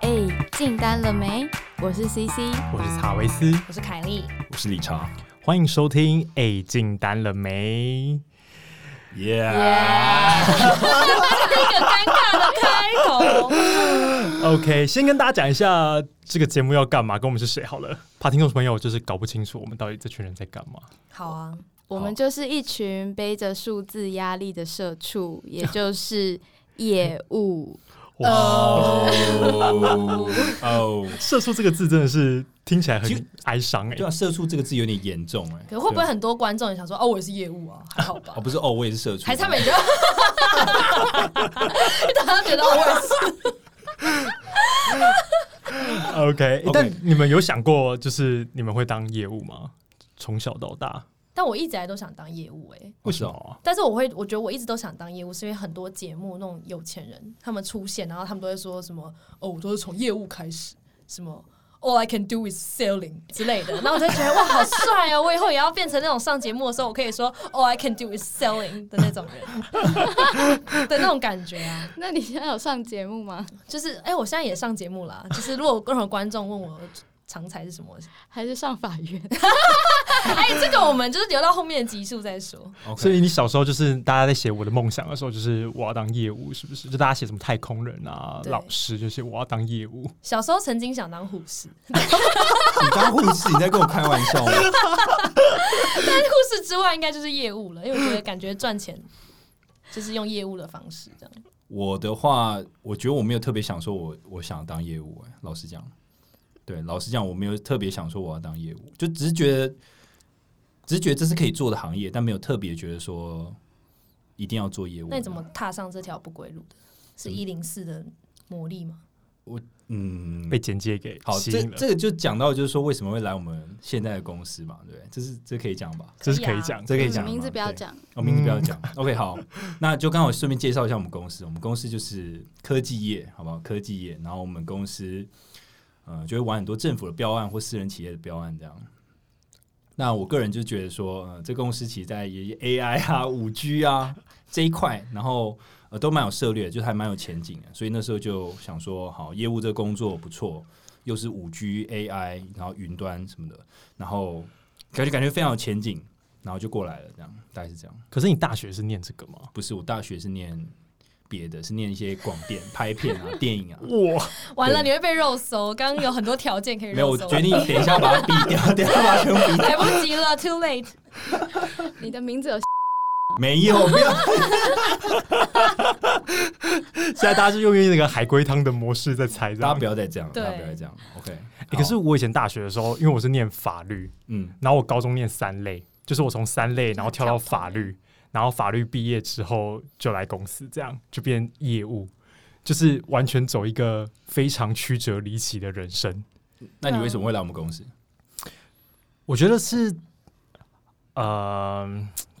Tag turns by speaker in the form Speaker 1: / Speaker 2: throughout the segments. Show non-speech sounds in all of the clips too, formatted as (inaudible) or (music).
Speaker 1: 哎进单了没？我是 CC，
Speaker 2: 我是查维斯，
Speaker 3: 我是凯莉，
Speaker 4: 我是理查，
Speaker 2: 欢迎收听《哎进单了没》。
Speaker 4: 耶！
Speaker 3: 一个尴尬的开头。
Speaker 2: OK，先跟大家讲一下这个节目要干嘛，跟我们是谁好了。怕听众朋友就是搞不清楚我们到底这群人在干嘛。
Speaker 3: 好啊，
Speaker 1: 我们就是一群背着数字压力的社畜，也就是业务。
Speaker 2: 哇，
Speaker 4: 哦哦，
Speaker 2: 社畜这个字真的是听起来
Speaker 4: 其
Speaker 2: 很
Speaker 4: 实
Speaker 2: 哀伤哎、
Speaker 4: (laughs) 对啊，社畜这个字有点严重哎，
Speaker 3: 可是会不会很多观众也想说，哦，我也是业务啊， (laughs) 还好吧
Speaker 4: 哦？不是哦，我也是社畜，
Speaker 3: 还差没觉得，大家觉得我也是
Speaker 2: OK，, 欸
Speaker 4: OK
Speaker 2: 但你们有想过就是你们会当业务吗？从小到大，
Speaker 3: 但我一直以来都想当业务哎、
Speaker 4: 为什
Speaker 2: 么
Speaker 4: 么？
Speaker 2: 啊？
Speaker 3: 但是我会，我觉得我一直都想当业务，是因为很多节目那种有钱人他们出现，然后他们都会说什么哦，我都是从业务开始，什么 All I can do is selling 之类的，然后我就觉得哇，好帅哦！我以后也要变成那种上节目的时候，我可以说 All I can do is selling 的那种人 (laughs) 的那种感觉啊。
Speaker 1: 那你现在有上节目吗？
Speaker 3: 就是哎、我现在也上节目啦，就是如果任何观众问我。常才是什么？
Speaker 1: 还是上法院？
Speaker 3: 哎、这个我们就是留到后面的集数再说。
Speaker 2: 所
Speaker 4: OK，
Speaker 2: 以你小时候就是大家在写我的梦想的时候，就是我要当业务，是不是？就大家写什么太空人啊、
Speaker 3: 对
Speaker 2: 老师，就是我要当业务。
Speaker 3: 小时候曾经想当护士，
Speaker 4: 你当护士，你在跟我开玩笑吗？ (laughs)
Speaker 3: 护士之外，应该就是业务了，因为我觉得感觉赚钱 (laughs) 就是用业务的方式这样。
Speaker 4: 我的话，我觉得我没有特别想说我我想当业务、哎，老实讲，对，老实讲，我没有特别想说我要当业务，就只是觉得，只是觉得这是可以做的行业，但没有特别觉得说一定要做业务。
Speaker 3: 那你怎么？踏上这条不归路的？是一零四的魔力吗？
Speaker 4: (laughs) 嗯，
Speaker 2: 被简介给
Speaker 4: 好，
Speaker 2: 吸
Speaker 4: 这
Speaker 2: 引了，
Speaker 4: 这个就讲到就是说为什么会来我们现在的公司嘛，对不对？这是这可以讲吧？
Speaker 2: 这是可
Speaker 3: 可以
Speaker 2: 以
Speaker 3: 啊
Speaker 2: 讲。
Speaker 4: 这可以讲吗
Speaker 1: 名字不要
Speaker 4: 对
Speaker 1: 讲，
Speaker 4: 哦，名字不要讲。OK，好， (laughs) 那就刚好顺便介绍一下我们公司。我们公司就是科技业，好不好？科技业，然后我们公司呃就会玩很多政府的标案或私人企业的标案这样。那我个人就觉得说，呃，这公司其实在也 AI 啊、五 G 啊这一块，然后呃都蛮有策略的，就还蛮有前景的。所以那时候就想说，好，业务这工作不错，又是五 G、AI，然后云端什么的，然后感觉感觉非常有前景，然后就过来了，这样大概是这样。
Speaker 2: 可是你大学是念这个吗？
Speaker 4: 不是，我大学是念别的，是念一些广电、拍片
Speaker 3: (laughs)
Speaker 4: 啊、电影啊。
Speaker 2: 哇，
Speaker 3: 完了，
Speaker 4: 对
Speaker 3: 你会被肉搜。刚刚有很多条件可
Speaker 4: (laughs)
Speaker 3: 以
Speaker 4: 没有，
Speaker 3: 肉
Speaker 4: 我
Speaker 3: 搜，
Speaker 4: 决定等一下
Speaker 3: (laughs)
Speaker 4: 把它毙掉， (laughs) 等一下把它全部毙掉。
Speaker 3: 来不及了，too late。
Speaker 1: 你的名字有
Speaker 4: 没有，不要。
Speaker 2: 现在大家是用那个海龟汤的模式在猜，这
Speaker 4: 大家
Speaker 2: 样
Speaker 4: 不。要再这样，
Speaker 3: 对
Speaker 4: 大家不要再这样。OK，、
Speaker 2: 欸可是我以前大学的时候，因为我是念法律，
Speaker 4: 嗯，
Speaker 2: 然后我高中念三类，就是我从三类然后跳到
Speaker 3: 跳槽
Speaker 2: 法律，然后法律毕业之后就来公司，这样就变业务，就是完全走一个非常曲折离奇的人生。
Speaker 4: 那你为什么会来我们公司？
Speaker 2: 我觉得是，呃，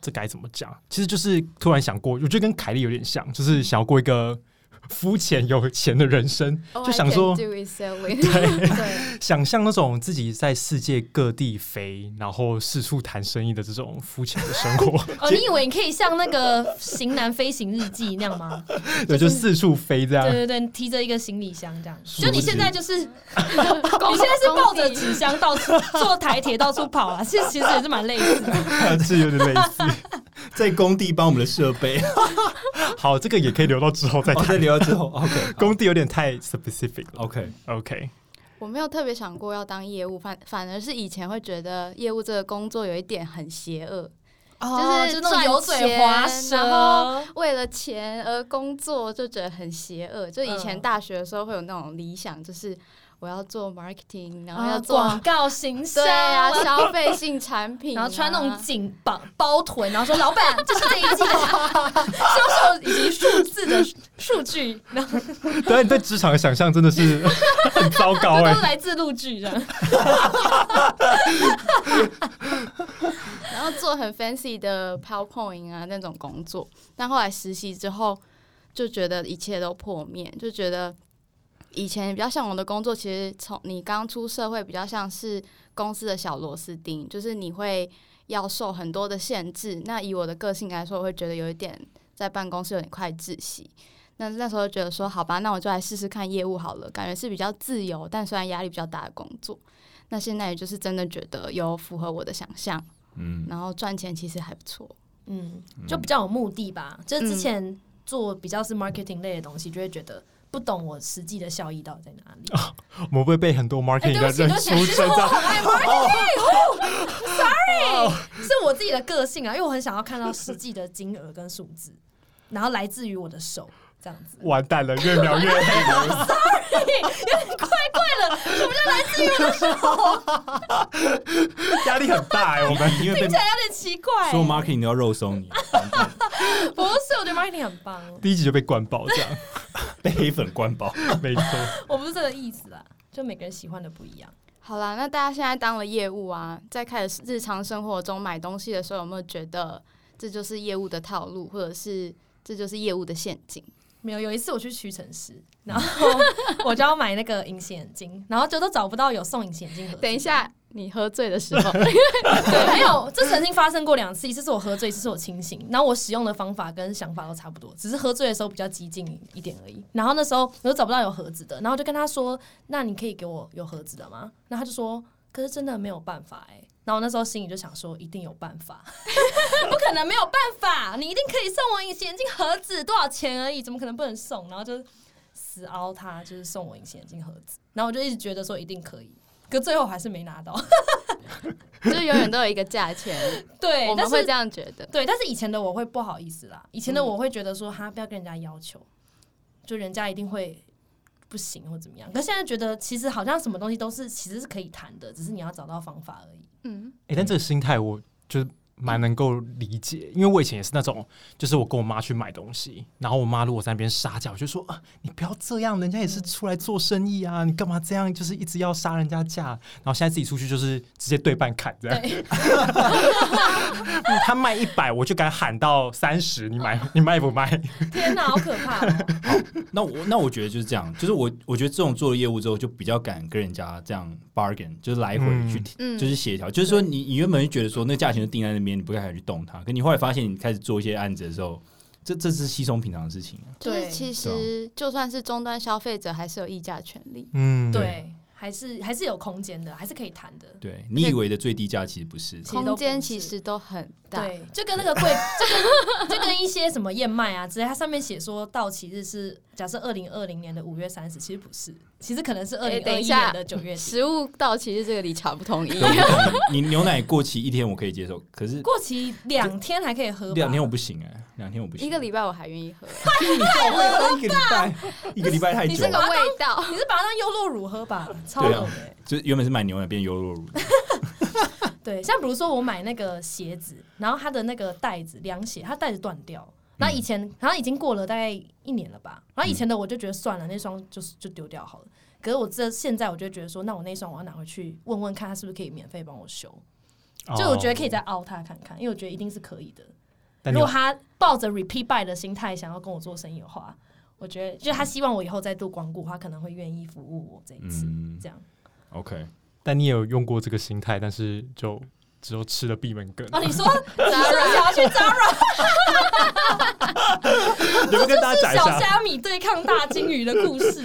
Speaker 2: 这该怎么讲？其实就是突然想过，我觉得跟凯莉有点像，就是想要过一个肤浅有钱的人生，
Speaker 3: 哦
Speaker 2: 就想说
Speaker 1: All I can do is selling (laughs)
Speaker 3: 对，
Speaker 2: 想象那种自己在世界各地飞，然后四处谈生意的这种肤浅的生活，
Speaker 3: (laughs) 哦，你以为你可以像那个《型男飞行日记》那
Speaker 4: (laughs)
Speaker 3: 样吗？
Speaker 2: 对，就四处飞这样
Speaker 3: 对。对对，提着一个行李箱这样。
Speaker 2: 殊
Speaker 3: 就
Speaker 2: 不知
Speaker 3: 你现在就是，
Speaker 4: (laughs)
Speaker 3: 你现在是抱着纸箱到处坐台铁到处跑啊，其实其实也是蛮累的。
Speaker 2: (laughs) 是有点类似，
Speaker 4: (laughs) 在工地帮我们的设备，
Speaker 2: (laughs) 好，这个也可以留到之后再
Speaker 4: (laughs) 哦，
Speaker 2: 谈
Speaker 4: 在。聊之后，OK， (laughs)
Speaker 2: 工地有点太 specific 了。
Speaker 4: OK，
Speaker 2: OK，
Speaker 1: 我没有特别想过要当业务，反反而是以前会觉得业务这个工作有一点很邪恶，
Speaker 3: 哦就是啊那种油嘴滑舌，
Speaker 1: 然后为了钱而工作就觉得很邪恶。就以前
Speaker 3: 嗯
Speaker 1: 大学的时候会有那种理想，就是我要做 marketing，然
Speaker 3: 然
Speaker 1: 后
Speaker 3: 后
Speaker 1: 要
Speaker 3: 要
Speaker 1: 做、
Speaker 3: 啊广告形象
Speaker 1: 对
Speaker 3: (laughs)
Speaker 1: 啊消费性产品啊、
Speaker 3: 然后穿那种紧绑包臀，然后说老板，这是这一季的销售以及数字的数据，然后
Speaker 2: 对，你对职场的想象真的是很糟
Speaker 3: (laughs)
Speaker 2: 糕哎、
Speaker 3: 都是来自录剧这样。
Speaker 1: 然后做很 fancy 的 PowerPoint 啊那种工作。但后来实习之后，就觉得一切都破灭，就觉得以前比较向往的工作，其实从你刚出社会比较像是公司的小螺丝钉，就是你会要受很多的限制。那以我的个性来说，我会觉得有一点在办公室有点快窒息。那那时候觉得说，好吧，那我就来试试看业务好了，感觉是比较自由，但虽然压力比较大的工作。那现在也就是真的觉得有符合我的想象，
Speaker 4: 嗯，
Speaker 1: 然后赚钱其实还不错。
Speaker 3: (laughs) 嗯，就比较有目的吧。就是之前做比较是 marketing 类的东西，就会觉得不懂我实际的效益到底在哪里。
Speaker 2: 我们会被很多 marketing 的
Speaker 3: 哎对不起
Speaker 2: 人出征
Speaker 3: 我哎
Speaker 2: 战。
Speaker 3: 很爱 marketing，sorry，是我自己的个性啊，因为我很想要看到实际的金额跟数字，然后来自于我的手这样子。
Speaker 2: 完
Speaker 3: (laughs)
Speaker 2: 蛋了，越描越黑。 (laughs) 压力很大哎、我们
Speaker 4: 因为被
Speaker 3: 有点奇怪、欸
Speaker 4: 说 marketing 都要肉松你，啊
Speaker 3: 不是，我觉得 marketing 很棒，
Speaker 2: 第一集就被灌爆，这样
Speaker 4: (laughs) 被黑粉灌爆。
Speaker 2: (laughs) 没错。
Speaker 3: 我不是这个意思啦，就每个人喜欢的不一样。
Speaker 1: 好啦，那大家现在当了业务啊，在开始日常生活中买东西的时候，有没有觉得这就是业务的套路，或者是这就是业务的陷阱？
Speaker 3: 没有，有一次我去屈臣氏，然后 (laughs) 我就要买那个隐形眼镜，然后就都找不到有送隐形眼镜盒。
Speaker 1: 等一，下 (laughs) 你喝醉的 (laughs) 时候，
Speaker 3: 对，没有，这曾经发生过两次，一次是我喝醉，一次是我清醒。然后我使用的方法跟想法都差不多，只是喝醉的时候比较激进一点而已。然后那时候我就找不到有盒子的，然后我就跟他说：“那你可以给我有盒子的吗？”然后他就说：“可是真的没有办法哎、然后我那时候心里就想说，一定有办法， (laughs) 不可能没有办法，你一定可以送我隐形眼镜盒子，多少钱而已，怎么可能不能送？然后就死凹他，就是送我隐形眼镜盒子。然后我就一直觉得说一定可以，可最后还是没拿到。 (laughs)
Speaker 1: 就是永远都有一个价钱，
Speaker 3: 对，
Speaker 1: 我
Speaker 3: 但
Speaker 1: 们
Speaker 3: 是
Speaker 1: 会这样觉得。
Speaker 3: 对，但是以前的我会不好意思啦，以前的我会觉得说，哈，不要跟人家要求，就人家一定会不行或怎么样。可现在觉得其实好像什么东西都是其实是可以谈的，只是你要找到方法而已。
Speaker 1: 嗯，
Speaker 2: 哎、但这个心态我就是蛮能够理解，因为我以前也是那种，就是我跟我妈去买东西，然后我妈如果在那边杀价，我就说啊，你不要这样，人家也是出来做生意啊，你干嘛这样，就是一直要杀人家价？然后现在自己出去就是直接对半砍这样， (laughs) 嗯
Speaker 3: 对，
Speaker 2: 他卖一百，我就敢喊到三十，你买你卖不
Speaker 3: (laughs)
Speaker 2: 卖？
Speaker 3: (laughs) 天哪，好可怕、哦！
Speaker 4: (laughs) 那我那我觉得就是这样，就是我我觉得这种做了业务之后，就比较敢跟人家这样 bargain，就是来回去、
Speaker 1: 嗯
Speaker 4: 就是协调，就是说你你原本就觉得说那个价钱就定在那边，你不该去动它，可你后来发现你开始做一些案子的时候，这这是稀松平常的事情啊。
Speaker 1: 就是
Speaker 3: 对
Speaker 1: 其实就算是终端消费者，还是有议价权利。
Speaker 2: 嗯，
Speaker 3: (laughs) 对，还是还是有空间的，还是可以谈的。
Speaker 4: 对你以为的最低价其实不是，
Speaker 3: 其实都
Speaker 1: 空
Speaker 3: 不
Speaker 1: 间其
Speaker 3: 是
Speaker 1: 实都很大，
Speaker 3: 对，啊就跟那个贵，就跟就跟一些什么燕麦啊之类，它上面写说到期日是假设二零二零年的五月三十，其实不是，其实可能是二
Speaker 1: 哎
Speaker 3: 零
Speaker 1: 等
Speaker 3: 二
Speaker 1: 一
Speaker 3: 一
Speaker 1: 下
Speaker 3: 年的九月底。
Speaker 1: 食物到期日这个理查不同意
Speaker 4: 对。我不懂你牛奶过期一天我可以接受，可是
Speaker 3: 过期两天还可以喝吧，
Speaker 4: 两天我不行哎、两天我不行，
Speaker 1: 一个礼拜我还愿意喝，
Speaker 4: 拜我一个礼拜一个礼拜太
Speaker 1: 你
Speaker 4: 久
Speaker 1: 这个
Speaker 4: 了，
Speaker 1: 味道，
Speaker 3: 你是把它当优酪乳喝吧？超恶
Speaker 4: 对
Speaker 3: 的
Speaker 4: 啊
Speaker 3: 欸、
Speaker 4: 就是原本是买牛奶变优酪乳，
Speaker 3: (laughs) 对，像比如说我买那个鞋子，然后它的那个带子凉鞋，它带子断掉。那以
Speaker 4: 嗯
Speaker 3: 前，然后已经过了大概一年了吧。然后以前的我就觉得算了，那双就是就丢掉好了。可是我这现在我就觉得说，那我那双我要拿回去问问看，他是不是可以免费帮我修？
Speaker 4: 哦
Speaker 3: 就我觉得可以
Speaker 2: 以。
Speaker 3: 再凹他看看，因为我觉得一定是可以的。
Speaker 2: 哦但
Speaker 3: 如
Speaker 2: 你
Speaker 3: 果他抱着 repeat buy 的心态想要跟我做生意的话，我觉得就是他希望我以后再度光顾，他可能会愿意服务我这一次。
Speaker 4: 嗯
Speaker 3: 这样
Speaker 4: ，OK，
Speaker 2: 但你也有用过这个心态，但是就只有吃了闭门
Speaker 3: (laughs)
Speaker 2: 羹。
Speaker 3: 哦，
Speaker 4: (laughs)
Speaker 3: 你说你说想要去
Speaker 2: 你们跟大家讲
Speaker 3: 是
Speaker 2: 一
Speaker 3: 小
Speaker 2: 下，
Speaker 3: 虾米对抗大金鱼的
Speaker 2: (laughs)
Speaker 3: 故事，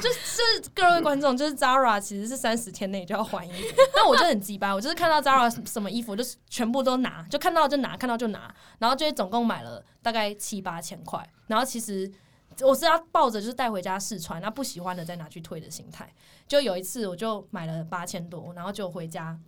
Speaker 3: 就是各位观众，就是 Zara 其实是三十天内就要还衣服，但我就很鸡巴，我就是看到 Zara 什么衣服，我就是全部都拿，就看到就拿，看到就拿，然后就总共买了大概七八千块，然后其实。我是要抱着就是带回家试穿，那不喜欢的再拿去退的心态。就有一次我就买了八千多，然后就回家，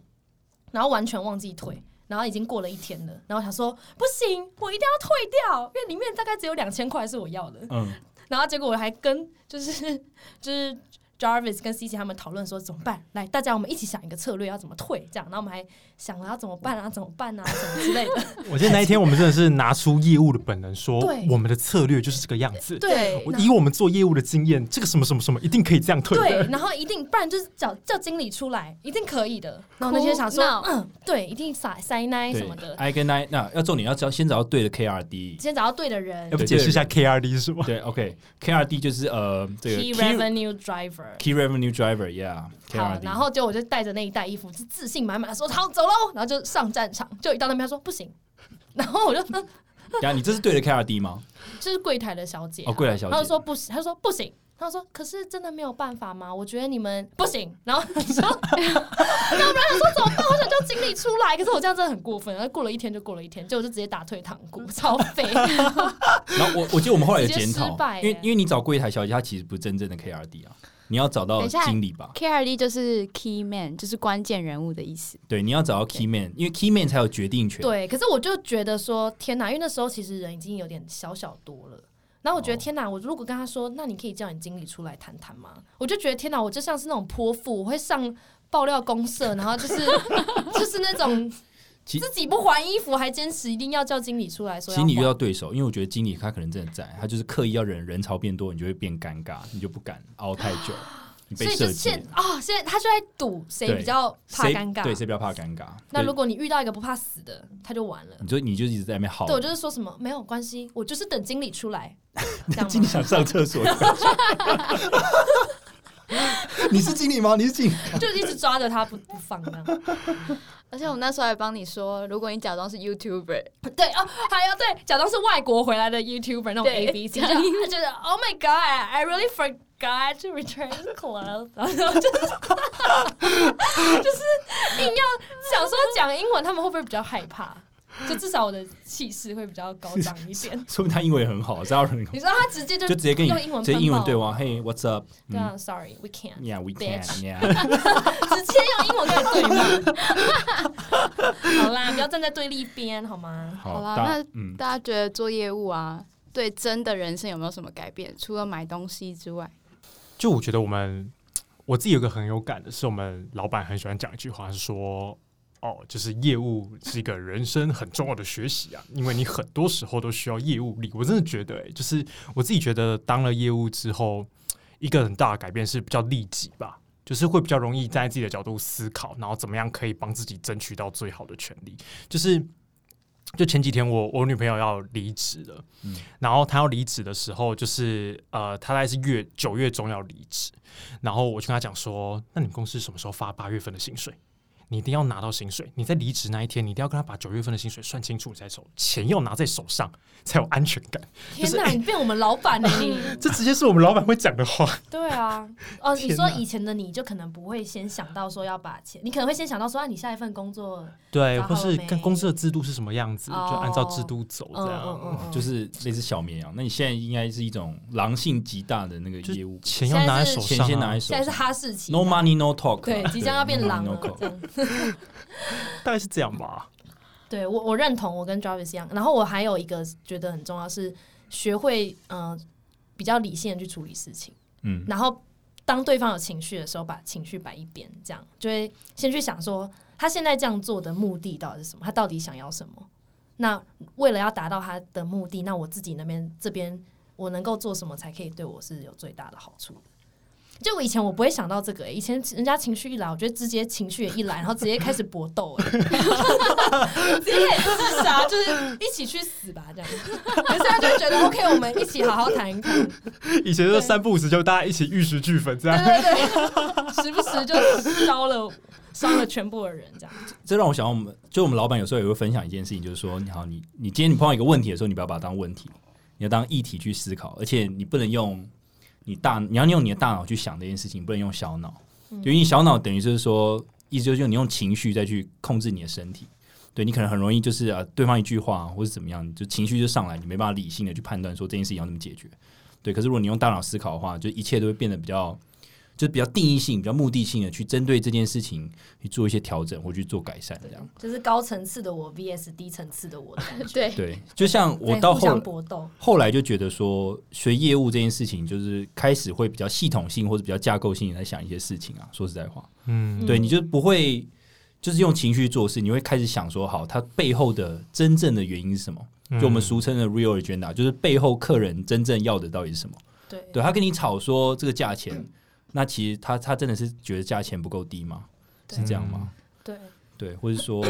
Speaker 3: 然后完全忘记退，然后已经过了一天了，然后想说不行，我一定要退掉，因为里面大概只有两千块是我要的。
Speaker 4: 嗯，
Speaker 3: 然后结果我还跟就是 (laughs) 就是 Jarvis 跟 C C 他们讨论说怎么办，来大家我们一起想一个策略要怎么退，这样，然后我们还想了要怎么办啊，怎么办啊，什么之类
Speaker 2: (laughs)
Speaker 3: 的。
Speaker 2: 我记得那一天我们真的是拿出业务的本能说，
Speaker 3: 对
Speaker 2: 我们的策略就是这个样子。
Speaker 3: 对
Speaker 2: 我以我们做业务的经验，这个什么什么什么一定可以这样退
Speaker 3: 对
Speaker 2: 的。，
Speaker 3: 然后一定不然就是叫叫经理出来，一定可以的。然后我那些想说，
Speaker 1: 哭闹
Speaker 3: 嗯，对，一定撒塞奶
Speaker 4: 对
Speaker 3: 哎什么的，
Speaker 2: 哎
Speaker 4: ，I 跟 I 那要重点要找先找到对的
Speaker 3: (laughs)
Speaker 4: KRD。
Speaker 3: 先找到对的
Speaker 2: (laughs)
Speaker 3: 人
Speaker 2: 要哎不解释一下 KRD 是什么？
Speaker 4: 对，OK，KRD 就是呃这个
Speaker 3: ，Key Revenue Driver。
Speaker 4: key revenue driver，yeah，KRD
Speaker 3: 好。，然后结果我就带着那一袋衣服，就自信满满地说好走喽，然后就上战场。就一到那边他说不行，然后我就嗯 (laughs)
Speaker 4: (laughs) 然后你这是对着 KRD 吗？
Speaker 3: 就是柜台的小姐、啊，
Speaker 4: 哦，柜台小
Speaker 3: 她就
Speaker 4: 姐，
Speaker 3: 说不行，她就说不行，她就说可是真的没有办法吗？我觉得你们不行，然后你 (laughs) 知道，要不然她说怎么办？我想叫经理出来，可是我这样真的很过分。然后过了一天就过了一天，结果就直接打退堂鼓，超废。
Speaker 4: 然后我我记得我们后来有检
Speaker 3: 直接
Speaker 4: 讨
Speaker 3: 失，败
Speaker 4: 因为
Speaker 3: 耶
Speaker 4: 因为你找柜台小姐，她其实不是真正的 KRD 啊，你要找到
Speaker 1: 等一下
Speaker 4: 经理吧？
Speaker 1: KRD 就是 key man，就是关键人物的意思。
Speaker 4: 对，你要找到 key man，因为 key man 才有决定权。
Speaker 3: 对，可是我就觉得说，天哪！因为那时候其实人已经有点小小多了。然后我觉得
Speaker 4: 哦
Speaker 3: 天哪！我如果跟他说，那你可以叫你经理出来谈谈吗？我就觉得天哪！我就像是那种泼妇，我会上爆料公社，然后就是 (laughs) 就是那种
Speaker 4: 其
Speaker 3: 自己不还衣服，还坚持一定要叫经理出来说
Speaker 4: 其实
Speaker 3: 要还。
Speaker 4: 你遇到对手，因为我觉得经理他可能真的在，他就是刻意要人人潮变多，你就会变尴尬，你就不敢熬太
Speaker 3: (gasps)
Speaker 4: 久，你被
Speaker 3: 所以就
Speaker 4: 设
Speaker 3: 是
Speaker 4: 计
Speaker 3: 现
Speaker 4: 了。
Speaker 3: 啊、现在他就在赌谁比较怕
Speaker 4: 谁
Speaker 3: 尴尬。
Speaker 4: 对，谁比较怕尴尬？
Speaker 3: 那
Speaker 4: 对哦
Speaker 3: 如果你遇到一个不怕死的，他就完了。
Speaker 4: 你就你就一直在那边耗
Speaker 3: 对，，我就是说什么没有关系，我就是等经理
Speaker 4: (laughs)
Speaker 3: 出来，这样
Speaker 4: 经理
Speaker 3: 吗？
Speaker 4: 想上厕
Speaker 3: (laughs)
Speaker 4: 所。 (laughs) 你是经理吗？你是经理？。
Speaker 3: 就一直抓着他不不放这样。
Speaker 1: 而且我们那时候还帮你说，如果你假装是 YouTuber，
Speaker 3: 对哦，还有对，假装是外国回来的 YouTuber 那种
Speaker 1: 对
Speaker 3: A B C，他觉得 Oh my God，I really forgot to return the clothes，然 (laughs) 后就是就是硬要想说讲英文，他们会不会比较害怕？就至少我的气势会比较高涨一点
Speaker 4: 说明他英文也很好，知道人
Speaker 3: 你知道他直接就
Speaker 4: 就直接跟你
Speaker 3: 用英文
Speaker 4: 直接英文
Speaker 3: 喷爆
Speaker 4: 对话。Hey, 嗯 what's up？
Speaker 3: 对啊，Sorry，we can't，
Speaker 4: y e a h we can.
Speaker 3: Bitch (laughs)
Speaker 4: Yeah，
Speaker 3: 直接用英文跟你对骂。
Speaker 4: (laughs)
Speaker 3: 好啦，不要站在对立边好吗？
Speaker 1: 好啦
Speaker 4: 大
Speaker 1: 那
Speaker 4: 嗯，
Speaker 1: 大家觉得做业务啊，对真的人生有没有什么改变？除了买东西之外，
Speaker 2: 就我觉得我们我自己有个很有感的是，我们老板很喜欢讲一句话，是说哦，就是业务是一个人生很重要的学习啊，因为你很多时候都需要业务力。我真的觉得、欸，就是我自己觉得当了业务之后，一个很大的改变是比较利己吧。就是会比较容易站在自己的角度思考，然后怎么样可以帮自己争取到最好的权利。就是，就前几天我我女朋友要离职了，
Speaker 4: 嗯
Speaker 2: 然后她要离职的时候，就是呃，她大概是月九月中要离职，然后我就跟她讲说，那你们公司什么时候发八月份的薪水？你一定要拿到薪水，你在离职那一天，你一定要跟他把九月份的薪水算清楚，你才手钱要拿在手上才有安全感。
Speaker 3: 天哪，你变我们老板了你！
Speaker 2: 这直接是我们老板会讲的话。
Speaker 3: 对啊，哦，你
Speaker 2: 天
Speaker 3: 说
Speaker 2: 哪
Speaker 3: 以前的你就可能不会先想到说要把钱，你可能会先想到说啊，你下一份工作，嗯
Speaker 2: 对，
Speaker 3: 然后
Speaker 2: 或是
Speaker 3: 没
Speaker 2: 看公司的制度是什么样子，就按照制度走
Speaker 3: 嗯
Speaker 2: 这样。
Speaker 3: 嗯嗯嗯，
Speaker 4: 啊就是类似小绵羊。那你现在应该是一种狼性极大的那个
Speaker 2: 就
Speaker 4: 业务，
Speaker 2: 钱要拿在手
Speaker 4: 钱
Speaker 2: 上、
Speaker 4: 先拿在
Speaker 2: 啊，
Speaker 4: 手
Speaker 3: 现在是
Speaker 4: 上
Speaker 3: 哈士奇
Speaker 4: ，No money, no talk 啊。
Speaker 3: 对，即将要变
Speaker 4: no money,
Speaker 3: 狼
Speaker 4: no
Speaker 3: 了
Speaker 4: talk
Speaker 3: 这样。
Speaker 2: 大概是这样吧。
Speaker 3: 对我我认同，我跟 Jarvis 一样。然后我还有一个觉得很重要是学会呃比较理性的去处理事情，
Speaker 4: 嗯，
Speaker 3: 然后当对方有情绪的时候，把情绪摆一边，这样就会先去想说他现在这样做的目的到底是什么，他到底想要什么。那为了要达到他的目的，那我自己那边这边我能够做什么才可以对我是有最大的好处的。就我以前我不会想到这个、欸，以前人家情绪一来，我觉得直接情绪也一来，然后直接开始搏斗、欸，直接开始自杀，就是一起去死吧这样。可是他就觉得 OK，我们一起好好谈一谈，
Speaker 2: (laughs) 以前就三不五时就大家一起玉石俱
Speaker 4: (laughs)
Speaker 2: 焚这
Speaker 3: (laughs)
Speaker 2: 样。
Speaker 3: 对对对，时不时就烧了烧了全部的人这样。
Speaker 4: 这让我想到我们，就我们老板有时候也会分享一件事情，就是说，你好，你你今天你碰到一个问题的时候，你不要把它当问题，你要当议题去思考，而且你不能用你大，你要用你的大脑去想这件事情，不能用小脑，就因为小脑等于就是说，意思就是你用情绪再去控制你的身体。对你可能很容易就是啊，对方一句话或是怎么样，你就情绪就上来，你没办法理性的去判断说这件事情要怎么解决。对，可是如果你用大脑思考的话，就一切都会变得比较，就是比较定义性、比较目的性的去针对这件事情去做一些调整或去做改善，这样。
Speaker 3: 就是高层次的我 VS 低层次的我的感觉，
Speaker 1: (laughs) 对，
Speaker 4: 对，就像我
Speaker 3: 在
Speaker 4: 到
Speaker 3: 互
Speaker 4: 后
Speaker 3: 相搏斗。
Speaker 4: 后来就觉得说，学业务这件事情，就是开始会比较系统性或者比较架构性地来想一些事情啊。说实在话，
Speaker 2: 嗯，
Speaker 4: 对，你就不会就是用情绪做事，你会开始想说，好，它背后的真正的原因是什么？就
Speaker 2: 嗯
Speaker 4: 我们俗称的 real agenda，就是背后客人真正要的到底是什么？
Speaker 3: 对，
Speaker 4: 对他跟你吵说这个价钱，那其实他他真的是觉得价钱不够低吗？
Speaker 3: 对
Speaker 4: 是这样吗？
Speaker 3: 对，
Speaker 4: 对，或者说，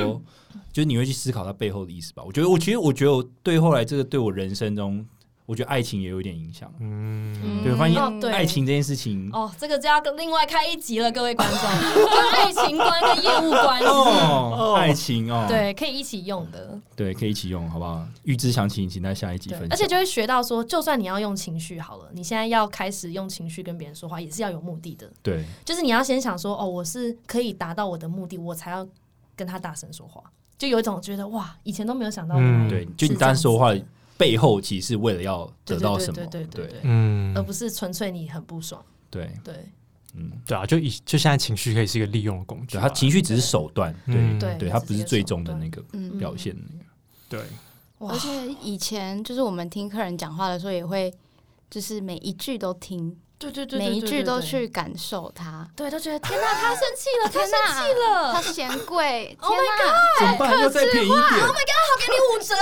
Speaker 4: 就是你会去思考它背后的意思吧。我觉得，我其实我觉得我对后来这个对我人生中，我觉得爱情也有一点影响。
Speaker 2: 嗯，
Speaker 4: 对发现
Speaker 3: 哦对
Speaker 4: 爱情这件事情，
Speaker 3: 哦，这个就要另外开一集了，各位观众，
Speaker 4: (laughs)
Speaker 3: 跟爱情观跟业务观，
Speaker 4: 哦，爱情哦，
Speaker 3: 对，可以一起用的，
Speaker 4: 对，可以一起用，好不好？预知详情，请在下一集
Speaker 3: 对
Speaker 4: 分，享。
Speaker 3: 而且就会学到说，就算你要用情绪好了，你现在要开始用情绪跟别人说话，也是要有目的的，
Speaker 4: 对
Speaker 3: 就是你要先想说，哦，我是可以达到我的目的，我才要跟他大声说话，就有一种觉得哇，以前都没有想到原来
Speaker 2: 嗯
Speaker 4: 对
Speaker 3: 是，
Speaker 4: 就你
Speaker 3: 这样
Speaker 4: 当
Speaker 3: 子
Speaker 4: 时说话
Speaker 3: 的
Speaker 4: 背后，其实是为了要得到什么？
Speaker 3: 对对对对对对，
Speaker 2: 嗯
Speaker 3: 而不是纯粹你很不爽，
Speaker 4: 对
Speaker 3: 对
Speaker 4: 嗯，
Speaker 2: 对啊，就以就现在情绪可以是一个利用的工具
Speaker 4: 对，
Speaker 2: 啊，
Speaker 4: 他情绪只是手段，对
Speaker 2: 嗯
Speaker 4: 对，
Speaker 3: 对
Speaker 4: 他
Speaker 3: 只
Speaker 4: 不
Speaker 3: 是
Speaker 4: 是
Speaker 3: 一个
Speaker 4: 最
Speaker 3: 手
Speaker 4: 终的
Speaker 3: 段
Speaker 4: 那个
Speaker 1: 嗯，
Speaker 4: 表现的那个。
Speaker 2: 对，
Speaker 3: 哇
Speaker 1: 而，且以前就是我们听客人讲话的时候，也会就是每一句都听，
Speaker 3: 对对
Speaker 1: 每一句都去感受 (laughs) 它。
Speaker 3: 对，都觉得天哪，他生气了，他
Speaker 1: 天
Speaker 3: 生
Speaker 1: 哪
Speaker 3: 气了，
Speaker 1: 它嫌 (laughs) 贵，天
Speaker 3: Oh my
Speaker 1: 哪！
Speaker 4: 怎么办？要再便宜一点？
Speaker 3: 给你五折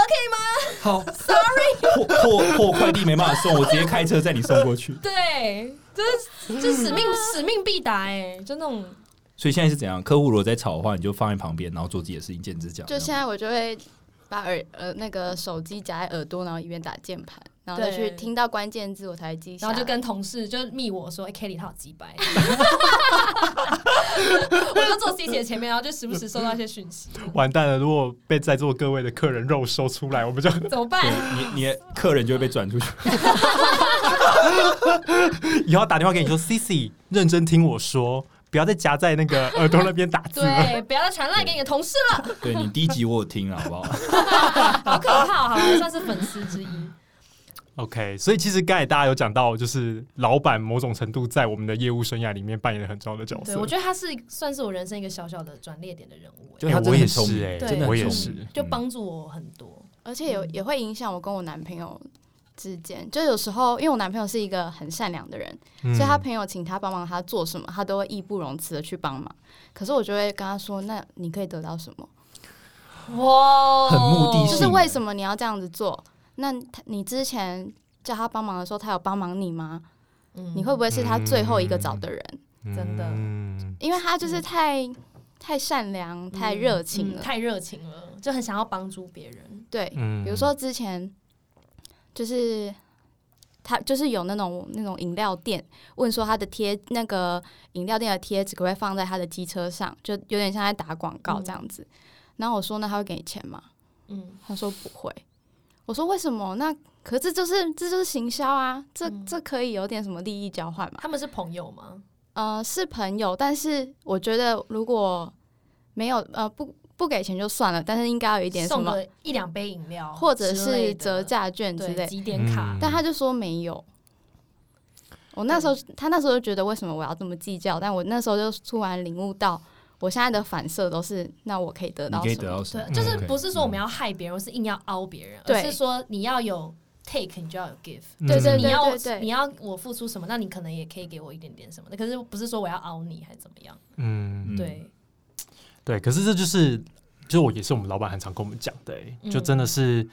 Speaker 4: 好
Speaker 3: 可以吗？
Speaker 4: ，sorry，货货货快递没办法送，我直接开车载你送过去。
Speaker 3: (laughs) 对，这这使命使命必达哎、就那种
Speaker 4: 所以现在是怎样？客户如果在吵的话，你就放在旁边，然后做自己的事情，见指甲。
Speaker 1: 就现在我就会把耳呃那个手机夹在耳朵，然后一边打键盘，然后再去
Speaker 3: 对
Speaker 1: 听到关键字，我才会记下
Speaker 3: 然
Speaker 1: 来。
Speaker 3: 后就跟同事就密我说，哎、k e t t y 他好鸡掰， (laughs) 我就坐 C 姐前面，然后就时不时收到一些讯息，
Speaker 2: 完蛋了！如果被在座各位的客人肉收出来，我
Speaker 4: (laughs)
Speaker 2: 们就
Speaker 3: 怎么办？
Speaker 4: 对你你的客人就会被转出去。
Speaker 2: 以后打电话给你说，C C，认真听我说，不要再夹在那个耳朵那边打字了。
Speaker 3: 对，不要再传赖给你的同事了，
Speaker 4: 对你第一集我有听了，好不好？
Speaker 3: 好可怕，好像算是粉丝之一。
Speaker 2: OK，所以其实刚才大家有讲到，就是老板某种程度在我们的业务生涯里面扮演了很重要的角
Speaker 3: 对，
Speaker 2: 色。
Speaker 3: 我觉得他是算是我人生一个小小的转捩点的人
Speaker 4: (laughs)
Speaker 3: 物、
Speaker 4: 就
Speaker 3: 欸，
Speaker 2: 哎
Speaker 4: 他真
Speaker 2: 我
Speaker 4: 的
Speaker 2: 也
Speaker 4: 很聪
Speaker 2: 是
Speaker 4: 明，
Speaker 2: 哎
Speaker 4: 真的很
Speaker 2: 我也
Speaker 4: 聪
Speaker 2: 是
Speaker 4: 明，
Speaker 3: 就
Speaker 4: 嗯
Speaker 3: 帮助我很多。
Speaker 1: 而且
Speaker 2: 嗯
Speaker 1: 有也会影响我跟我男朋友之间，就有时候因为我男朋友是一个很善良的人，
Speaker 2: 嗯
Speaker 1: 所以他朋友请他帮忙，他做什么他都会义不容辞的去帮忙。可是我就会跟他说：“那你可以得到什么？
Speaker 3: 哇
Speaker 4: 很
Speaker 2: 哦
Speaker 4: 目的
Speaker 1: 就
Speaker 4: 性
Speaker 1: 是为什么你要这样子做？那他你之前叫他帮忙的时候，他有帮忙你吗？
Speaker 3: 嗯
Speaker 1: 你会不会是他最后一个找的人？
Speaker 3: 真的
Speaker 2: 嗯
Speaker 1: 因为他就是太太善良、太热情
Speaker 3: 嗯
Speaker 1: 了。
Speaker 3: 太热情了，就很想要帮助别人。
Speaker 1: 对，
Speaker 2: 嗯
Speaker 1: 比如说之前就是他就是有那种那种饮料店问说他的贴那个饮料店的贴纸可不可以放在他的机车上，就有点像在打广告这样子。然后我说那他会给你钱吗？
Speaker 3: 嗯，
Speaker 1: 他说不会。我说为什么？那可是这就是这就是行销啊，这、
Speaker 3: 嗯
Speaker 1: 这可以有点什么利益交换嘛？
Speaker 3: 他们是朋友吗？
Speaker 1: 呃，是朋友，但是我觉得如果没有呃不不给钱就算了，但是应该要有一点什
Speaker 3: 送
Speaker 1: 么，
Speaker 3: 个一两杯饮料，
Speaker 1: 或者是折
Speaker 3: 折
Speaker 1: 价券之类
Speaker 3: 对，几点卡
Speaker 2: 嗯。
Speaker 1: 但他就说没有。我那时候，他那时候就觉得为什么我要这么计较？但我那时候就突然领悟到，我现在的反射都是，那我可以得
Speaker 4: 你
Speaker 1: 到
Speaker 4: 可以
Speaker 1: 什
Speaker 4: 得
Speaker 1: 么？
Speaker 4: 到什
Speaker 3: 对
Speaker 4: 么，？
Speaker 3: 就是
Speaker 2: 嗯
Speaker 4: ，OK
Speaker 3: 不是说我们要害别人，或是硬要凹别人，
Speaker 1: 对
Speaker 3: 而是说你要有 take，你就要有 give。
Speaker 2: 嗯
Speaker 1: 对对
Speaker 3: 你
Speaker 1: 对
Speaker 3: 要
Speaker 1: 对对
Speaker 3: 你要我付出什么，那你可能也可以给我一点点什么的。可是不是说我要凹你还是怎么样？
Speaker 2: 嗯
Speaker 4: 嗯
Speaker 3: 对，
Speaker 2: 对，可是这就是，就我也是我们老板很常跟我们讲的、欸，
Speaker 3: 嗯
Speaker 2: 就真的是，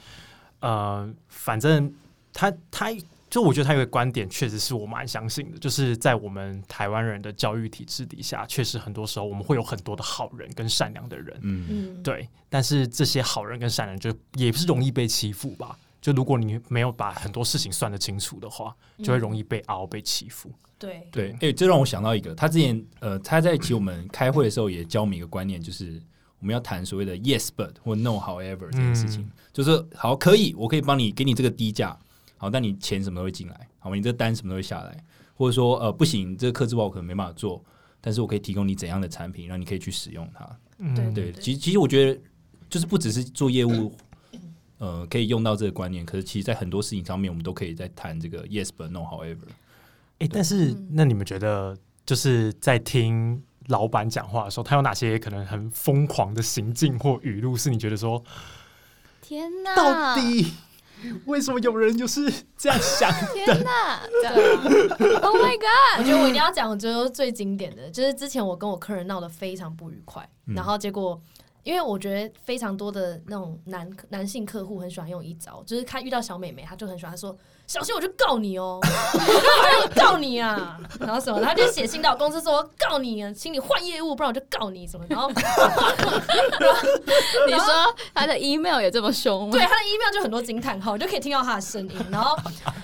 Speaker 2: 呃，反正他他就我觉得他有个观点，确实是我蛮相信的，就是在我们台湾人的教育体制底下，确实很多时候我们会有很多的好人跟善良的人，
Speaker 4: 嗯，
Speaker 3: 嗯，
Speaker 2: 对，但是这些好人跟善良就也不是容易被欺负吧。就如果你没有把很多事情算得清楚的话，就会容易被熬、被欺负。
Speaker 3: 对，
Speaker 4: 对，哎、这让我想到一个，他之前呃，他在请我们开会的时候也教我们一个观念，就是我们要谈所谓的 yes but 或 no however 这件事情，
Speaker 2: 嗯
Speaker 4: 就是好可以，我可以帮你给你这个低价，好，但你钱什么都会进来，好吗？你这个单什么都会下来，或者说呃不行，这个客制化我可能没办法做，但是我可以提供你怎样的产品，让你可以去使用它。
Speaker 3: 对
Speaker 4: 对，
Speaker 3: 对
Speaker 4: 其实其实我觉得就是不只是做业务，呃，可以用到这个观念，可是其实在很多事情上面，我们都可以在谈这个 yes but no however。
Speaker 2: 哎、但是
Speaker 3: 嗯
Speaker 2: 那你们觉得，就是在听老板讲话的时候，他有哪些可能很疯狂的行径或语录，是你觉得说，
Speaker 1: 天
Speaker 3: 嗯
Speaker 1: 哪！
Speaker 2: 到底为什么有人就是这样
Speaker 3: (laughs)
Speaker 2: 想？
Speaker 1: 天哪
Speaker 3: 对啊 (laughs)
Speaker 1: ！Oh my god！
Speaker 3: 我觉得我一定要讲，我觉得最经典的就是之前我跟我客人闹得非常不愉快，
Speaker 4: 嗯
Speaker 3: 然后结果因为我觉得非常多的那种男男性客户很喜欢用一招，就是他遇到小美眉，他就很喜欢说：“小心我就告你哦， (laughs) 我就告你啊！”然后什么，他就写信到公司说：“告你，啊，请你换业务，不然我就告你什么。”然后
Speaker 1: 你说他的 email 也这么凶吗
Speaker 3: 对？他啊的 email 就很多惊叹号，你就可以听到他的声音，然后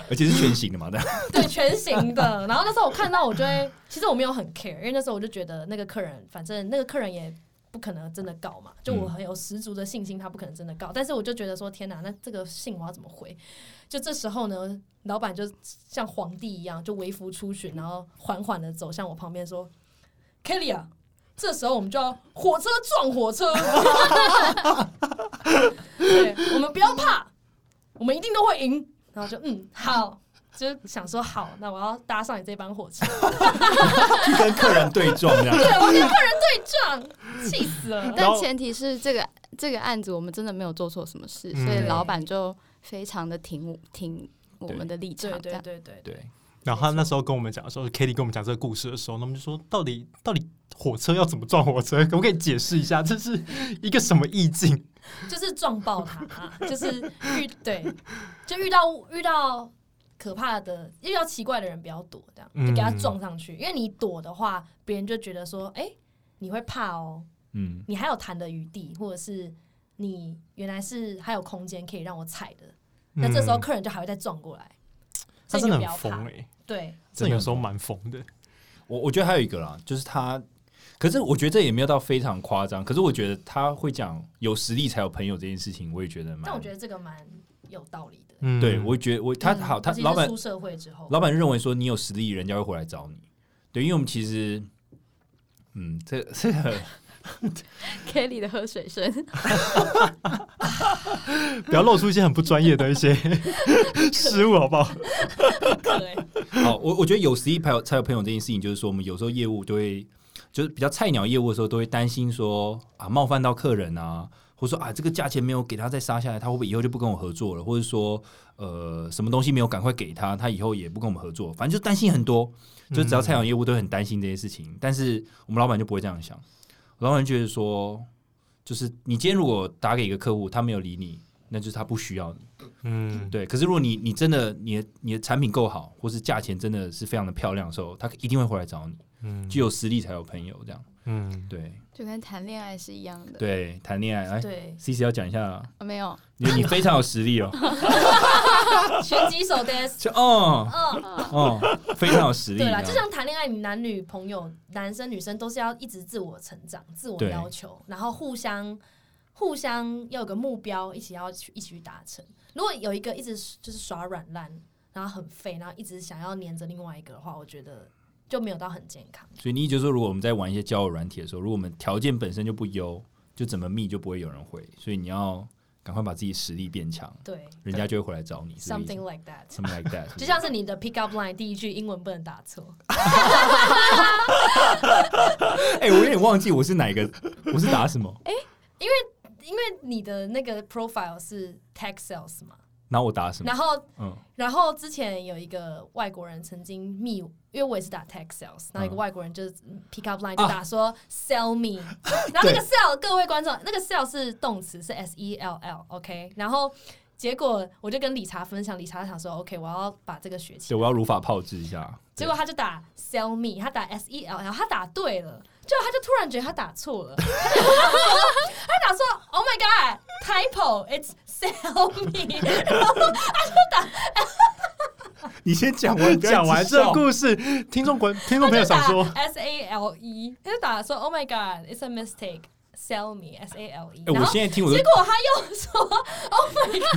Speaker 4: 而且是全形的嘛，对。
Speaker 3: (laughs) 对全形的。然后那时候我看到，我就会，其实我没有很 care，因为那时候我就觉得那个客人，反正那个客人也不可能真的告嘛，就我很有十足的信心他不可能真的告。但是我就觉得说，天哪，那这个信我要怎么回？就这时候呢，老板就像皇帝一样，就微服出巡，然后缓缓的走向我旁边说：“Kelly 啊。”这时候我们就要火车撞火车， (laughs) 对，我们不要怕，我们一定都会赢。然后就嗯好，就是想说好，那我要搭上你这班火 (laughs) 车，
Speaker 4: 去跟客人对撞这样。
Speaker 3: (laughs) 对我跟客人对撞，气死了。 (laughs)
Speaker 2: 然
Speaker 1: 但
Speaker 2: 后
Speaker 1: 前提是这个这个案子我们真的没有做错什么事，所以
Speaker 2: 嗯
Speaker 1: 老板就非常的挺挺我
Speaker 4: 对
Speaker 1: 们的立
Speaker 3: 对
Speaker 1: 场，这
Speaker 3: 对
Speaker 1: 样
Speaker 3: 对对
Speaker 4: 对，
Speaker 2: 然后他那时候跟我们讲的时候 k a t i e 跟我们讲这个故事的时候，那我们就说到底到底火车要怎么撞火车，可不可以解释一下这是一个什么意境？
Speaker 3: 对，就是撞爆他，啊 (laughs) 就是遇对，就遇到遇到可怕的、遇到奇怪的人不要躲，这样就给他
Speaker 2: 嗯
Speaker 3: 撞上去，因为你躲的话，别人就觉得说，哎、你会怕哦，
Speaker 4: 嗯，
Speaker 3: 你还有谈的余地，或者是你原来是还有空间可以让我踩的，那这时候
Speaker 2: 嗯
Speaker 3: 客人就还会再撞过来，
Speaker 2: 他
Speaker 3: 所以
Speaker 2: 真
Speaker 3: 你
Speaker 2: 的
Speaker 3: 就
Speaker 2: 很
Speaker 3: 不要怕
Speaker 2: 疯。哎、欸，
Speaker 3: 对，
Speaker 2: 真的有时候蛮疯的。
Speaker 4: 我我觉得还有一个啦，就是他，可是我觉得这也没有到非常夸张，可是我觉得他会讲有实力才有朋友这件事情，我也觉得蛮。
Speaker 3: 但我觉得这个蛮有道理的。
Speaker 2: 嗯
Speaker 4: 对，我觉得我他
Speaker 3: 嗯
Speaker 4: 好，他
Speaker 3: 尤其是
Speaker 4: 老板
Speaker 3: 出社会之后，
Speaker 4: 老板认为说你有实力，人家会回来找你。对，因为我们其实，嗯，这这个
Speaker 1: Kelly 的喝水 (laughs) 声，
Speaker 2: 不要露出一些很不专业的一些 (laughs) 失误，好不好？
Speaker 3: 对，
Speaker 4: 好，我我觉得有实力才有才有朋友这件事情，就是说我们有时候业务都会，就是比较菜鸟业务的时候，都会担心说啊冒犯到客人啊，或者说啊这个价钱没有给他再杀下来，他会不会以后就不跟我合作了，或者说呃什么东西没有赶快给他，他以后也不跟我们合作，反正就担心很多。就只要菜鸟业务都很担心这些事情，但是我们老板就不会这样想，我老板觉得说，就是你今天如果打给一个客户，他没有理你，那就是他不需要你。
Speaker 2: 嗯，
Speaker 4: 对，可是如果你你真的你的你的产品够好，或是价钱真的是非常的漂亮的时候，他一定会回来找你。
Speaker 2: 嗯
Speaker 4: 具有实力才有朋友，这样。
Speaker 2: 嗯，
Speaker 4: 对
Speaker 1: 就跟谈恋爱是一样的。
Speaker 4: 对，谈恋爱哎
Speaker 3: 对，
Speaker 4: ，C C 要讲一下，
Speaker 1: 啊，没有，
Speaker 4: 你你非常有实力哦， (laughs)
Speaker 3: 拳击手 des。
Speaker 4: 就哦
Speaker 3: 嗯，
Speaker 4: 哦，非常有实力。啊
Speaker 3: 对啦，
Speaker 4: 这
Speaker 3: 就
Speaker 4: 样
Speaker 3: 像谈恋爱，你男女朋友、男生女生都是要一直自我成长、自我
Speaker 4: 对
Speaker 3: 要求，然后互相互相要有个目标，一起要去一起去达成。如果有一个一直就是耍软烂，然后很废，然后一直想要黏着另外一个的话，我觉得就没有到很健康。
Speaker 4: 所以你一直说，如果我们在玩一些交友软体的时候，如果我们条件本身就不优，就怎么密就不会有人回，所以你要赶快把自己实力变强，
Speaker 3: 对
Speaker 4: 人家就会回来找你。是这个意思
Speaker 3: ，something like that。
Speaker 4: something like that，
Speaker 3: (laughs) 就像是你的 pick up line 第一句英文不能打错，
Speaker 4: 哎，我有点忘记我是哪一个，我是打什么，
Speaker 3: 哎因为你的那个 profile 是 tech sales 嘛，
Speaker 4: 然后我打什么，
Speaker 3: 然后
Speaker 4: 嗯
Speaker 3: 然后之前有一个外国人曾经密，因为我也是打 tech sales，然后一
Speaker 4: 嗯
Speaker 3: 个
Speaker 4: 啊
Speaker 3: 外国人就是 pick up line 就打说、sell
Speaker 4: (laughs)
Speaker 3: me，然后那个 sell 各位观众，那个 sell 是动词是 s e l l，OK，、然后结果我就跟理查分享，理查想说 OK，我要把这个学起
Speaker 4: 对，
Speaker 3: 来，
Speaker 4: 我要如法炮制一下。
Speaker 3: 结果他就打 sell me，他打 s e l l，他打对了，结果他就突然觉得他打错
Speaker 4: (laughs)
Speaker 3: 了，他打他打说 oh my god，typo，it's sell me，
Speaker 4: 你先讲完，不
Speaker 2: (laughs)
Speaker 4: 要
Speaker 2: 讲完
Speaker 4: 一直
Speaker 2: 这
Speaker 4: 笑
Speaker 2: 故事，听众观听众朋友想说，
Speaker 3: S A L E，他就打说 Oh my God, it's a mistake, sell me S A L E，
Speaker 4: 哎、
Speaker 3: 然
Speaker 4: 我
Speaker 3: 后
Speaker 4: 现在听我
Speaker 3: 结
Speaker 4: 就
Speaker 3: 果他又说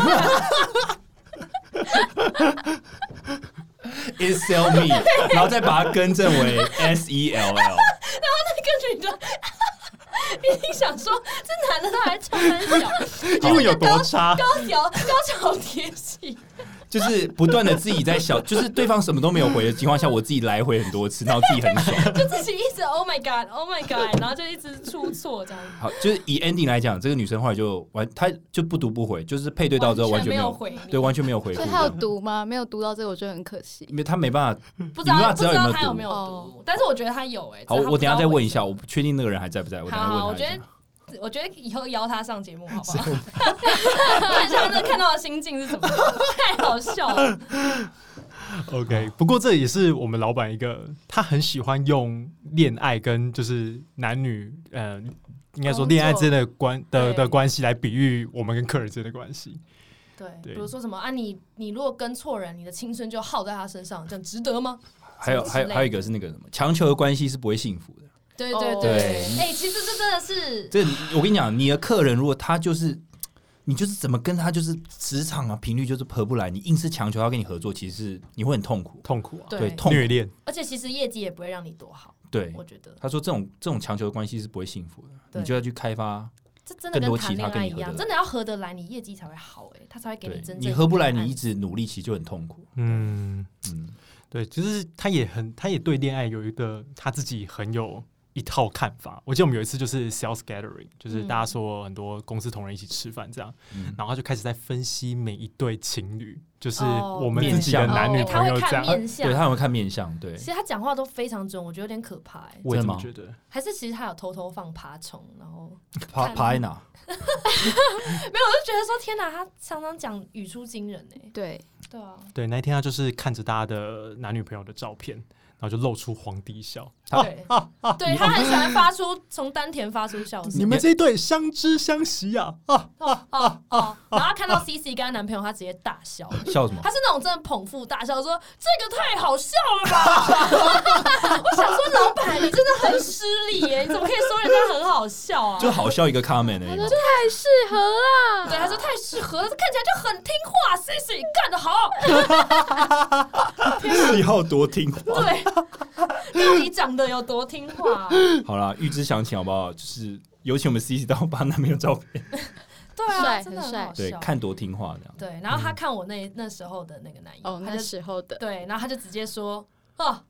Speaker 3: Oh my God，
Speaker 4: is sell
Speaker 3: (laughs)
Speaker 4: me，然后再把它更正为 S E L L。 (laughs)
Speaker 3: 那个女的一定想说这男的他还超胆小，
Speaker 2: 因为有多差，
Speaker 3: 高调高潮迭起，
Speaker 4: 就是不断的自己在小，就是对方什么都没有回的情况下，我自己来回很多
Speaker 3: (laughs)
Speaker 4: 次，然后自己很爽。
Speaker 3: 就自己一直 Oh my God, Oh my God，然后就一直出错这样子，
Speaker 4: 好，就是以 ending 来讲，这个女生后来就完，她就不读不回，就是配对到之后完
Speaker 3: 完
Speaker 4: 全没
Speaker 3: 全没
Speaker 4: 有
Speaker 3: 有回你
Speaker 4: 对，完全没有回复
Speaker 1: 所以
Speaker 4: 这
Speaker 1: 他有
Speaker 4: 样。
Speaker 1: 读吗？没有读到这个，我觉得很可惜。
Speaker 4: 因为她没办法，
Speaker 3: 不知道
Speaker 4: 你不
Speaker 3: 不
Speaker 4: 知道
Speaker 3: 知道
Speaker 4: 他
Speaker 3: 他
Speaker 4: 有
Speaker 3: 有
Speaker 4: 没
Speaker 3: 没
Speaker 4: 有
Speaker 3: 有
Speaker 1: 读
Speaker 3: 读，但是我觉得他有哎、欸，
Speaker 4: 好，
Speaker 3: 只是他
Speaker 4: 我
Speaker 3: 不
Speaker 4: 等
Speaker 3: 知
Speaker 4: 一下
Speaker 3: 道
Speaker 4: 再问
Speaker 3: 为
Speaker 4: 一
Speaker 3: 什
Speaker 4: 下，
Speaker 3: 么
Speaker 4: 我不确定那个人还在不在，我等一
Speaker 3: 好
Speaker 4: 下
Speaker 3: 好，我
Speaker 4: 问
Speaker 3: 觉
Speaker 4: 他一
Speaker 3: 得
Speaker 4: 下。。
Speaker 3: 死，我觉得以后邀他上节目好不 (laughs) 好？看一下他看到的心境是怎么样，
Speaker 4: (laughs)
Speaker 3: 太好笑了。
Speaker 2: OK，不过这也是我们老板一个，他很喜欢用恋爱跟就是男女呃，应该说恋爱之间的关的
Speaker 3: 对
Speaker 2: 的关系来比喻我们跟客人之间的关系。
Speaker 3: 对，
Speaker 2: 对
Speaker 3: 比如说什么啊你，你如果跟错人，你的青春就耗在他身上，这样值得吗？
Speaker 4: 还有还有还有一个是那个什么，强求的关系是不会幸福的。
Speaker 3: 对
Speaker 1: 哦
Speaker 3: 对对，
Speaker 4: 对
Speaker 3: 哎、其实这真的是
Speaker 4: 这我跟你讲，你的客人如果他就是你就是怎么跟他就是磁场啊频率就是合不来，你硬是强求他跟你合作，其实是你会很痛苦，
Speaker 2: 痛苦啊，
Speaker 3: 对
Speaker 4: 对痛苦。
Speaker 2: 虐恋，
Speaker 3: 而且其实业绩也不会让你多好，
Speaker 4: 对，
Speaker 3: 我觉得
Speaker 4: 他说这种这种强求的关系是不会幸福的，
Speaker 3: 对
Speaker 4: 你就要去开发。
Speaker 3: 这真的
Speaker 4: 更
Speaker 3: 跟
Speaker 4: 多
Speaker 3: 谈
Speaker 4: 其他
Speaker 3: 恋爱
Speaker 4: 跟你
Speaker 3: 一
Speaker 4: 合得
Speaker 3: 样，
Speaker 4: 来
Speaker 3: 真的要合得来，你业绩才会好、哎，他才会给你
Speaker 4: 对
Speaker 3: 真，正
Speaker 4: 你合不来，
Speaker 3: 答案
Speaker 4: 你一直努力，其实就很痛苦。
Speaker 2: 嗯，
Speaker 4: 嗯，
Speaker 2: 对，其实他也很，他也对恋爱有一个他自己很有一套看法。我记得我们有一次就是 sales gathering，就是
Speaker 3: 嗯
Speaker 2: 大家说很多公司同仁一起吃饭这样，
Speaker 4: 嗯
Speaker 2: 然后他就开始在分析每一对情侣，就是
Speaker 3: 哦
Speaker 2: 我们自己的
Speaker 4: 面相
Speaker 2: 男
Speaker 3: 哦
Speaker 2: 女
Speaker 3: 他
Speaker 2: 朋友
Speaker 3: 会
Speaker 2: 这
Speaker 3: 看
Speaker 2: 样。
Speaker 3: 面相，
Speaker 4: 啊对他有没有看面相？对
Speaker 3: 其，实他讲话都非常准，我觉得有点可怕、哎，
Speaker 2: 我也这么觉
Speaker 4: 真
Speaker 2: 得，
Speaker 3: 还是其实他有偷偷放爬虫，然后
Speaker 4: 爬
Speaker 3: 看
Speaker 4: 爬在哪？
Speaker 3: 我就觉得说天哪，他常常讲语出惊人哎、
Speaker 1: 对，
Speaker 3: 对啊，
Speaker 2: 对，那一天他就是看着大家的男女朋友的照片，然后就露出皇帝笑。
Speaker 3: 对，
Speaker 2: (laughs)
Speaker 3: 对他很喜欢发出从丹田发出笑声
Speaker 2: 你们这一对相知相惜呀、啊！啊，
Speaker 3: 哦哦，然后他看到 C C 跟她男朋友，他直接大笑。
Speaker 4: 笑什么
Speaker 3: 他？是那种真的捧腹大笑，说这个太好笑了吧！ (laughs) 我想说，老板你真的很失礼耶，你怎么可以说人家很好笑啊？
Speaker 4: 就好笑一个 comment 而已嘛。
Speaker 1: 太适合啊啦。
Speaker 3: 对，他说太适合了，这看起来就很听话，C C 干得好。
Speaker 4: (laughs) 你要多听话。
Speaker 3: 对，到底长得有多听话啊、
Speaker 4: 好啦，预知详情好不好？就是有请我们 C C 到把男朋友照片，
Speaker 3: 对啊，
Speaker 1: 帅
Speaker 3: 真的
Speaker 1: 很
Speaker 3: 很好笑。
Speaker 4: 对，看多听话这样。
Speaker 3: 对，然后他看我那那时候的那个男友，
Speaker 1: 嗯哦，
Speaker 3: 他
Speaker 1: 那
Speaker 3: 就
Speaker 1: 时候的
Speaker 3: 对，然后他就直接说：“哦，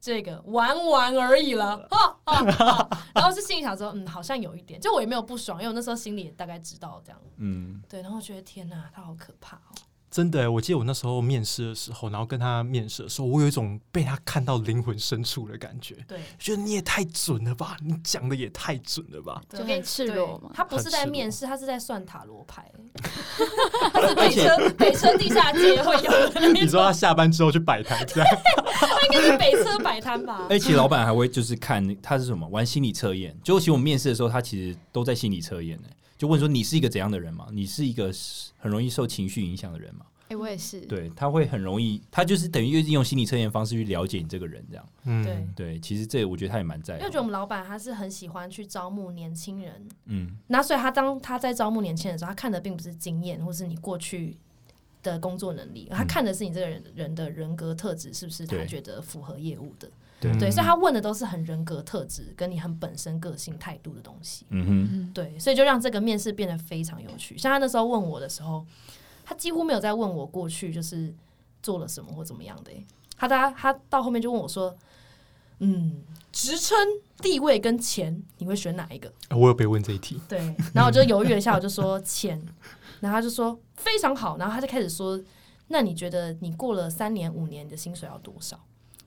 Speaker 3: 这个玩玩而已了。哦”哦哦然后是心里想说：“嗯，好像有一点，就我也没有不爽，因为我那时候心里也大概知道这样。
Speaker 4: 嗯”，
Speaker 3: 对，然后我觉得天哪，他好可怕哦！
Speaker 2: 真的欸，我记得我那时候面试的时候，然后跟他面试的时候，我有一种被他看到灵魂深处的感觉，
Speaker 3: 对，
Speaker 2: 觉得你也太准了吧，你讲的也太准了吧。
Speaker 3: 对
Speaker 1: 就
Speaker 3: 我跟
Speaker 1: 很
Speaker 3: 你
Speaker 1: 赤
Speaker 3: 对
Speaker 1: 裸嘛
Speaker 3: 他不是
Speaker 2: 很
Speaker 3: 在
Speaker 2: 赤
Speaker 3: 面
Speaker 2: 裸
Speaker 3: 试，他是在算塔罗牌，
Speaker 2: (laughs)
Speaker 3: 他是
Speaker 4: 而
Speaker 3: 北
Speaker 4: 且
Speaker 3: 车北车地下街会有的那
Speaker 2: (laughs) 你说他
Speaker 3: 种，
Speaker 2: 下班之后去摆摊这样，
Speaker 3: 他应该是北车摆
Speaker 2: (laughs)
Speaker 3: 摊吧？
Speaker 4: 而且老板还会就是看他是什么玩心理测验，就其实我们面试的时候，他其实都在心理测验呢、欸就问说你是一个怎样的人嘛？你是一个很容易受情绪影响的人嘛？
Speaker 1: 哎、我
Speaker 3: 嗯
Speaker 1: 也是，
Speaker 4: 对，他会很容易，他就是等于就是用心理测验方式去了解你这个人，这样。
Speaker 3: 对
Speaker 2: 嗯，
Speaker 4: 对，其实这我觉得他也蛮在
Speaker 3: 因
Speaker 4: 乎
Speaker 3: 为我觉得我们老板他是很喜欢去招募年轻人，
Speaker 4: 嗯，
Speaker 3: 那所以他当他在招募年轻人的时候，他看的并不是经验或是你过去的工作能力，他看的是你这个人人的人格特质是不是他
Speaker 4: 对
Speaker 3: 觉得符合业务的。
Speaker 2: 嗯
Speaker 4: 对
Speaker 3: 对，所以他问的都是很人格特质跟你很本身个性态度的东西。
Speaker 4: 嗯哼，
Speaker 1: 嗯，
Speaker 3: 对，所以就让这个面试变得非常有趣。像他那时候问我的时候，他几乎没有在问我过去就是做了什么或怎么样的欸、他他他到后面就问我说：“嗯，职称、地位跟钱，你会选哪一个？”
Speaker 2: 我有被问这一题，
Speaker 3: 对，然后我就犹豫了一下，我就说钱，然后他就说非常好，然后他就开始说，那你觉得你过了三年五年，你的薪水要多少？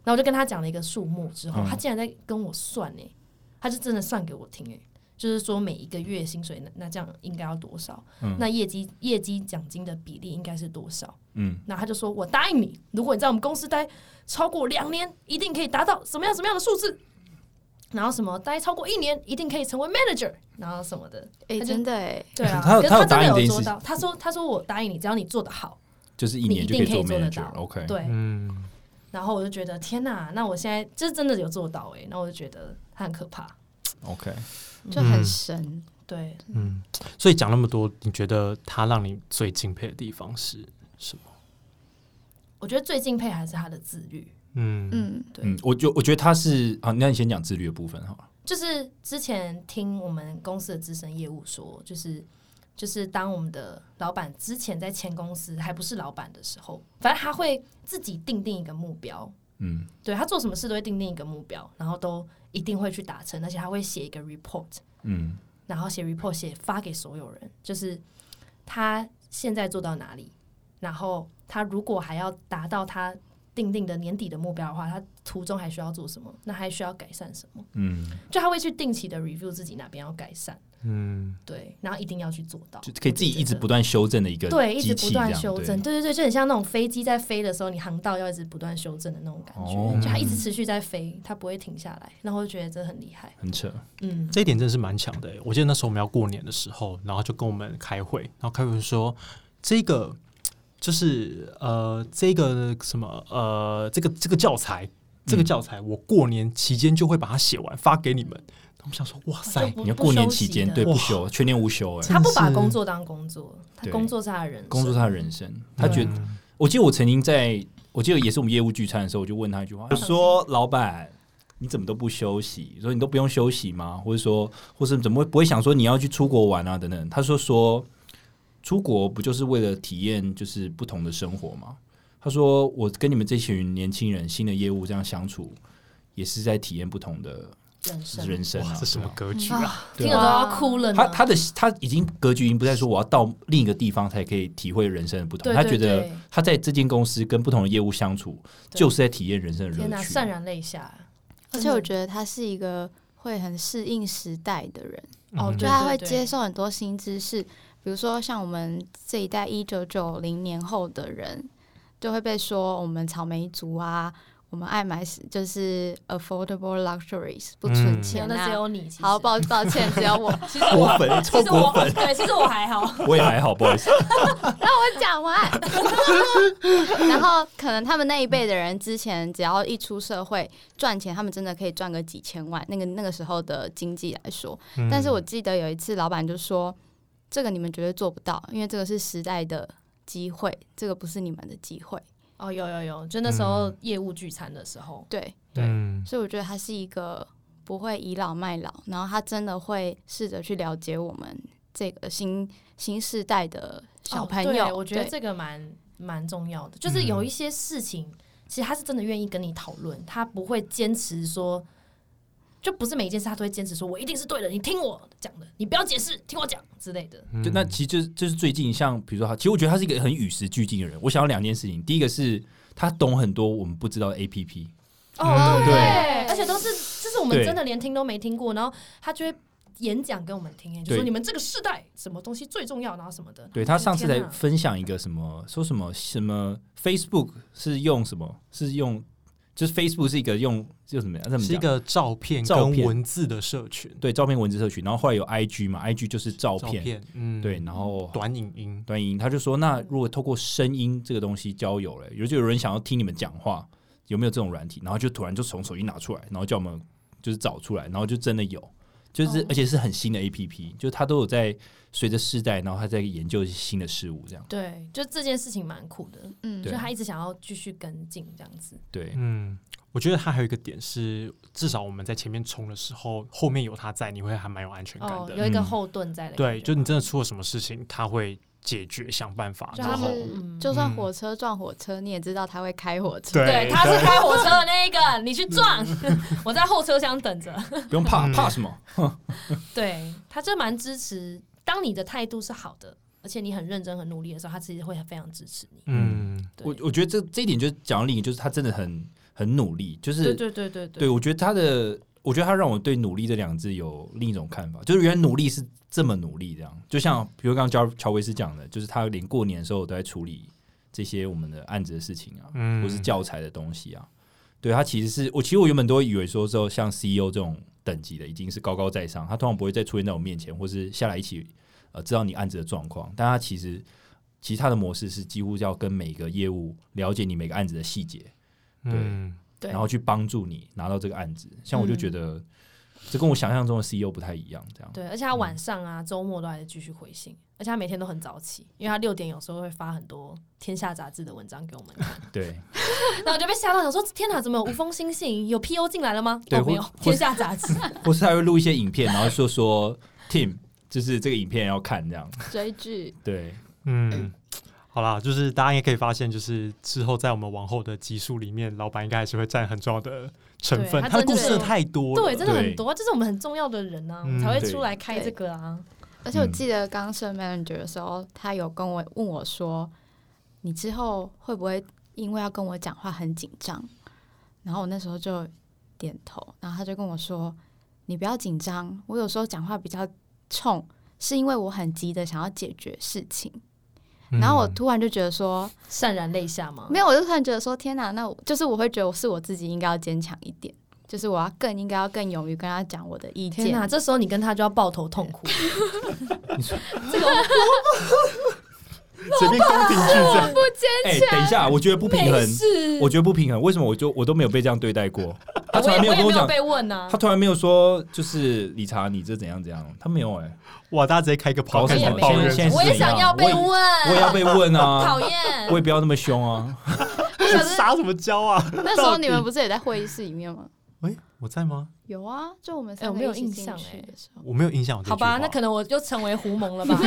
Speaker 3: 然后我就跟他讲了一个数目之后，
Speaker 4: 嗯
Speaker 3: 他竟然在跟我算呢、他就真的算给我听哎、就是说每一个月薪水那那这样应该要多少？
Speaker 4: 嗯
Speaker 3: 那业绩业绩奖金的比例应该是多少？
Speaker 4: 嗯，
Speaker 3: 然后他就说：“我答应你，如果你在我们公司待超过两年，一定可以达到什么样什么样的数字。然后什么待超过一年，一定可以成为 manager，然后什么的。
Speaker 1: 哎、
Speaker 3: 他就
Speaker 1: 真的哎、
Speaker 3: 对啊，
Speaker 4: (laughs) 他有
Speaker 3: 可是
Speaker 4: 他有
Speaker 3: 真
Speaker 4: 答应
Speaker 3: 的
Speaker 4: 这
Speaker 3: 有
Speaker 4: 件
Speaker 3: 做
Speaker 4: 事
Speaker 3: 到。他说：“他说我答应你，只要你做得好。
Speaker 4: 就是一
Speaker 3: 你
Speaker 4: 年
Speaker 3: 一
Speaker 4: 就
Speaker 3: 定
Speaker 4: 以
Speaker 3: 可以
Speaker 4: 做
Speaker 3: 做得
Speaker 4: manager
Speaker 3: 到
Speaker 4: OK，”
Speaker 3: 对，
Speaker 2: 嗯，
Speaker 3: 然后我就觉得天哪，那我现在这真的有做到哎、欸，那我就觉得他很可怕。
Speaker 4: OK，
Speaker 1: 就很神。
Speaker 3: 对，
Speaker 2: 嗯，所以讲那么多，你觉得他让你最敬佩的地方是什么？
Speaker 3: 我觉得最敬佩还是他的自律。
Speaker 2: 嗯
Speaker 1: 嗯，
Speaker 3: 对，
Speaker 4: 嗯，我就我觉得他是啊，那你先讲自律的部分好了。
Speaker 3: 就是之前听我们公司的资深业务说，就是就是当我们的老板之前在前公司还不是老板的时候，反正他会自己定定一个目标，
Speaker 4: 嗯
Speaker 3: 对他做什么事都会定定一个目标，然后都一定会去达成，而且他会写一个 report，
Speaker 4: 嗯
Speaker 3: 然后写 report 写发给所有人，就是他现在做到哪里，然后他如果还要达到他定定的年底的目标的话，他途中还需要做什么，那还需要改善什么。
Speaker 4: 嗯
Speaker 3: 就他会去定期的 review 自己哪边要改善，
Speaker 2: 嗯，
Speaker 3: 对，然后一定要去做到，
Speaker 4: 就可以自己一直不断修正的一个
Speaker 3: 对，一直
Speaker 4: 机器
Speaker 3: 不
Speaker 4: 这样
Speaker 3: 断修正，。对对对，就很像那种飞机在飞的时候，你航道要一直不断修正的那种感觉，
Speaker 4: 哦
Speaker 3: 就它一直持续在飞，它不会停下来，然后就觉得这很厉害，
Speaker 4: 很扯，
Speaker 3: 嗯，
Speaker 2: 这一点真的是蛮强的欸。我记得那时候我们要过年的时候，然后就跟我们开会，然后开会说这个就是呃这个什么呃这个这个教材。这个教材我过年期间就会把它写完发给你们。我们想说，哇塞，
Speaker 3: 不
Speaker 4: 你要过年
Speaker 3: 不休息
Speaker 4: 期间
Speaker 3: 的
Speaker 4: 对不
Speaker 2: 哇
Speaker 4: 休，全年无休哎、
Speaker 3: 他不把
Speaker 2: 真是
Speaker 3: 工作当工作，他
Speaker 4: 对
Speaker 3: 工作是他的人生，
Speaker 4: 工作是他的人生，他觉得
Speaker 2: 嗯
Speaker 4: 我记得我曾经在，我记得也是我们业务聚餐的时候，我就问他一句
Speaker 2: 嗯
Speaker 4: 话，我说：“老板，你怎么都不休息？说你都不用休息吗？或者说，或是怎么会不会想说你要去出国玩啊？等等。”他说：“说出国不就是为了体验就是不同的生活吗？”他说：“我跟你们这群年轻人新的业务这样相处，也是在体验不同的
Speaker 3: 人生
Speaker 4: 人生
Speaker 2: 哇，
Speaker 4: 啊。
Speaker 2: 这什么格局
Speaker 3: 啊
Speaker 2: 啊？
Speaker 4: 对
Speaker 3: 听
Speaker 4: 啊
Speaker 3: 了都要哭了呢。
Speaker 4: 他他的他已经格局已经不再说我要到另一个地方才可以体会人生的不同，
Speaker 3: 对
Speaker 4: 他
Speaker 3: 对
Speaker 4: 觉得
Speaker 3: 对
Speaker 4: 他在这间公司跟不同的业务相处，
Speaker 3: 对
Speaker 4: 就是在体验人生的
Speaker 3: 天
Speaker 4: 乐
Speaker 3: 哪，
Speaker 4: 趣。
Speaker 3: 潸然泪下。
Speaker 1: 嗯而且我觉得他是一个会很适应时代的人，
Speaker 3: 哦
Speaker 2: 嗯
Speaker 1: 就
Speaker 3: 对
Speaker 1: 他会接受很多新知识，比如说像我们这一代一九九零年后的人，就会被说我们草莓族啊，我们爱买就是 affordable luxuries 不存
Speaker 2: 嗯
Speaker 3: 没有
Speaker 1: 钱
Speaker 3: 那只
Speaker 1: 啊。
Speaker 3: 有你。其实
Speaker 1: 好，抱抱歉，只有我
Speaker 3: 其实我
Speaker 4: 粉，
Speaker 3: (laughs) 其实我， (laughs) 对，其实我
Speaker 1: (laughs)
Speaker 3: 还好。
Speaker 4: (laughs) 我也还好，不好意思。
Speaker 1: 我讲
Speaker 3: (laughs)
Speaker 1: 完。然后可能他们那一辈的人之前只要一出社会赚钱，他们真的可以赚个几千万。那个那个时候的经济来说，
Speaker 2: 嗯
Speaker 1: 但是我记得有一次，老板就说：“这个你们绝对做不到，因为这个是时代的机会，这个不是你们的机会。
Speaker 3: 哦，有有有，就那时候
Speaker 4: 嗯
Speaker 3: 业务聚餐的时候”，
Speaker 1: 对，
Speaker 2: 嗯
Speaker 1: 所以我觉得他是一个不会倚老卖老，然后他真的会试着去了解我们这个新新时代的小
Speaker 3: 哦
Speaker 1: 朋
Speaker 3: 对
Speaker 1: 友。
Speaker 3: 我觉得
Speaker 1: 对
Speaker 3: 这个蛮蛮重要的，
Speaker 4: 嗯
Speaker 3: 就是有一些事情，其实他是真的愿意跟你讨论，他不会坚持说。就不是每一件事他都会坚持说，我一定是对的，你听我讲的，你不要解释，听我讲之类的。
Speaker 4: 就那其实就是就是最近像比如说他，其实我觉得他是一个很与时俱进的人。我想要两件事情，第一个是他懂很多我们不知道的 A P P，
Speaker 3: 哦，
Speaker 2: 嗯
Speaker 3: 对，
Speaker 1: 对
Speaker 3: 而且都是就是我们
Speaker 4: 对
Speaker 3: 真的连听都没听过，然后他就会演讲给我们听，哎就
Speaker 4: 对
Speaker 3: 说你们这个世代什么东西最重要，然后什么的。
Speaker 4: 对他上次才
Speaker 3: 哎天哪
Speaker 4: 分享一个什么说什么什么 Facebook 是用什么是用就是 Facebook 是一个用就什么样？怎么
Speaker 2: 是一
Speaker 4: 讲？
Speaker 2: 个照片
Speaker 4: 照
Speaker 2: 跟
Speaker 4: 片
Speaker 2: 文字的社群，
Speaker 4: 对照片文字社群，然后后来有 IG 嘛，IG 就是照
Speaker 2: 照
Speaker 4: 片，
Speaker 2: 片，嗯，
Speaker 4: 对，，然后
Speaker 2: 短影音，
Speaker 4: 端音，他就说，那如果透过声音这个东西交友嘞，有就有人想要听你们讲话，有没有这种软体？然后就突然就从手机拿出来，然后叫我们就是找出来，然后就真的有，就是、
Speaker 3: 哦
Speaker 4: 而且是很新的 A P P，就是他都有在随着世代，然后他在研究一些新的事物，这样
Speaker 3: 对，就这件事情蛮酷的，
Speaker 1: 嗯，
Speaker 3: 就
Speaker 4: 对
Speaker 3: 他一直想要继续跟进这样子。
Speaker 4: 对，
Speaker 2: 嗯，我觉得它还有一个点是，至少我们在前面冲的时候，后面有它在，你会还蛮有安全感
Speaker 3: 哦，
Speaker 2: 的。
Speaker 3: 有一
Speaker 4: 嗯
Speaker 3: 个后盾在的感
Speaker 2: 对，
Speaker 3: 觉。嗯
Speaker 2: 就你真的出了什么事情，它会解决，想办法，
Speaker 3: 就
Speaker 2: 然
Speaker 3: 他
Speaker 2: 后
Speaker 1: 是
Speaker 3: 们
Speaker 1: 就算
Speaker 2: 嗯
Speaker 1: 火车撞火车，你也知道他会开火车。
Speaker 3: 对，他是开火车的那一个，你去撞， (laughs) 我在后车厢等着。
Speaker 4: 不用怕
Speaker 2: 嗯
Speaker 4: 怕什么，
Speaker 3: 对，他就蛮支持。当你的态度是好的，而且你很认真、很努力的时候，他其实会非常支持你。
Speaker 2: 嗯，
Speaker 3: 对
Speaker 4: 我我觉得这这一点就是讲到另一个，就是他真的很很努力，就是
Speaker 3: 对对对对
Speaker 4: 对，我觉得他的，我觉得他让我对“努力”这两个字有另一种看法，就是原来努力是这么努力，这样。就像比如刚刚乔乔维斯讲的，就是他连过年的时候都在处理这些我们的案子的事情啊，
Speaker 2: 嗯
Speaker 4: 或是教材的东西啊。对他其实是我，其实我原本都会以为说，之后像 CEO 这种等级的已经是高高在上，他通常不会再出现在我面前，或是下来一起呃知道你案子的状况。但他其实其实他的模式是几乎要跟每个业务了解你每个案子的细节，
Speaker 2: 嗯，
Speaker 3: 对嗯
Speaker 4: 然后去帮助你拿到这个案子。像我就觉得，这跟我想象中的 CEO 不太一样，这样。
Speaker 3: 对，而且他晚上啊、周末都还是继续回信，而且他每天都很早起，因为他六点有时候会发很多《天下》杂志的文章给我们看，
Speaker 4: 对
Speaker 3: 然后我就被吓到，想说天哪，怎么有无风星信？有 PO 进来了吗？
Speaker 4: 对
Speaker 3: 哦，没有， (laughs)
Speaker 4: 或
Speaker 3: 《天下》杂志。
Speaker 4: 或是他会录一些影片，然后说说 Tim，就是这个影片要看这样。
Speaker 1: 追剧，
Speaker 4: 对，
Speaker 2: 嗯，好啦，就是大家应该可以发现，就是之后在我们往后的集数里面，老板应该还是会占很重要的成分。
Speaker 3: 对他
Speaker 2: 他的
Speaker 3: 真
Speaker 2: 故
Speaker 3: 的
Speaker 2: 事太多了，
Speaker 3: (laughs) 对，真的很多，这是我们很重要的人啊，我们
Speaker 2: 嗯
Speaker 3: 才会
Speaker 4: 对
Speaker 3: 出来开这个啊。
Speaker 1: 而且我记得刚升 manager 的时候，他有跟我问我说：“你之后会不会因为要跟我讲话很紧张？”然后我那时候就点头，然后他就跟我说：“你不要紧张，我有时候讲话比较冲，是因为我很急的想要解决事情。然
Speaker 3: 嗯
Speaker 1: 后我
Speaker 2: 嗯
Speaker 1: 突然就觉得说，
Speaker 3: 潸然泪下吗？
Speaker 1: 没有，我就突然觉得说，天哪！那我就是我会觉得我是我自己应该要坚强一点，就是我要更应该要更勇于跟他讲我的意
Speaker 3: 天
Speaker 1: 见
Speaker 3: 哪，。这时候你跟他就要抱头痛哭。
Speaker 4: 整面宫廷剧这样。
Speaker 1: 坚
Speaker 4: 哎，等一下，我觉得不平衡
Speaker 3: 没，事
Speaker 4: 我觉得不平衡。为什么我就我都没有被这样对待
Speaker 3: (laughs)
Speaker 4: 过？他从来没有跟
Speaker 3: 我也
Speaker 4: 我
Speaker 3: 没有
Speaker 4: 讲，
Speaker 3: 被问啊呐、
Speaker 4: 他从来没有说就是理查你这怎样怎样，他没有哎。
Speaker 2: 哇，大家直接开个
Speaker 4: 搞
Speaker 2: podcast
Speaker 4: 什
Speaker 3: 也
Speaker 4: 么
Speaker 3: 没
Speaker 2: 抱
Speaker 3: 有
Speaker 2: 怨
Speaker 4: 现在是
Speaker 3: 我也
Speaker 4: 怎样
Speaker 3: 想要被问，
Speaker 4: 我也要被问啊
Speaker 3: 嗯 (laughs) 讨，厌
Speaker 4: 我。也不要那么凶啊。
Speaker 1: 可是
Speaker 2: 撒什么娇啊？
Speaker 1: (laughs) 那时候你们不是也在会议室里面吗？
Speaker 2: 哎、我在吗？
Speaker 1: 有啊，就我们
Speaker 3: 哎
Speaker 1: 三
Speaker 3: 我
Speaker 1: 个
Speaker 3: 没有
Speaker 1: 一起
Speaker 3: 印
Speaker 1: 进
Speaker 3: 象
Speaker 1: 去
Speaker 3: 哎
Speaker 1: 的时候。
Speaker 2: 我没有印象。
Speaker 3: 好吧，那可
Speaker 2: 能
Speaker 3: 能我就成为狐獴 (laughs) 了吧。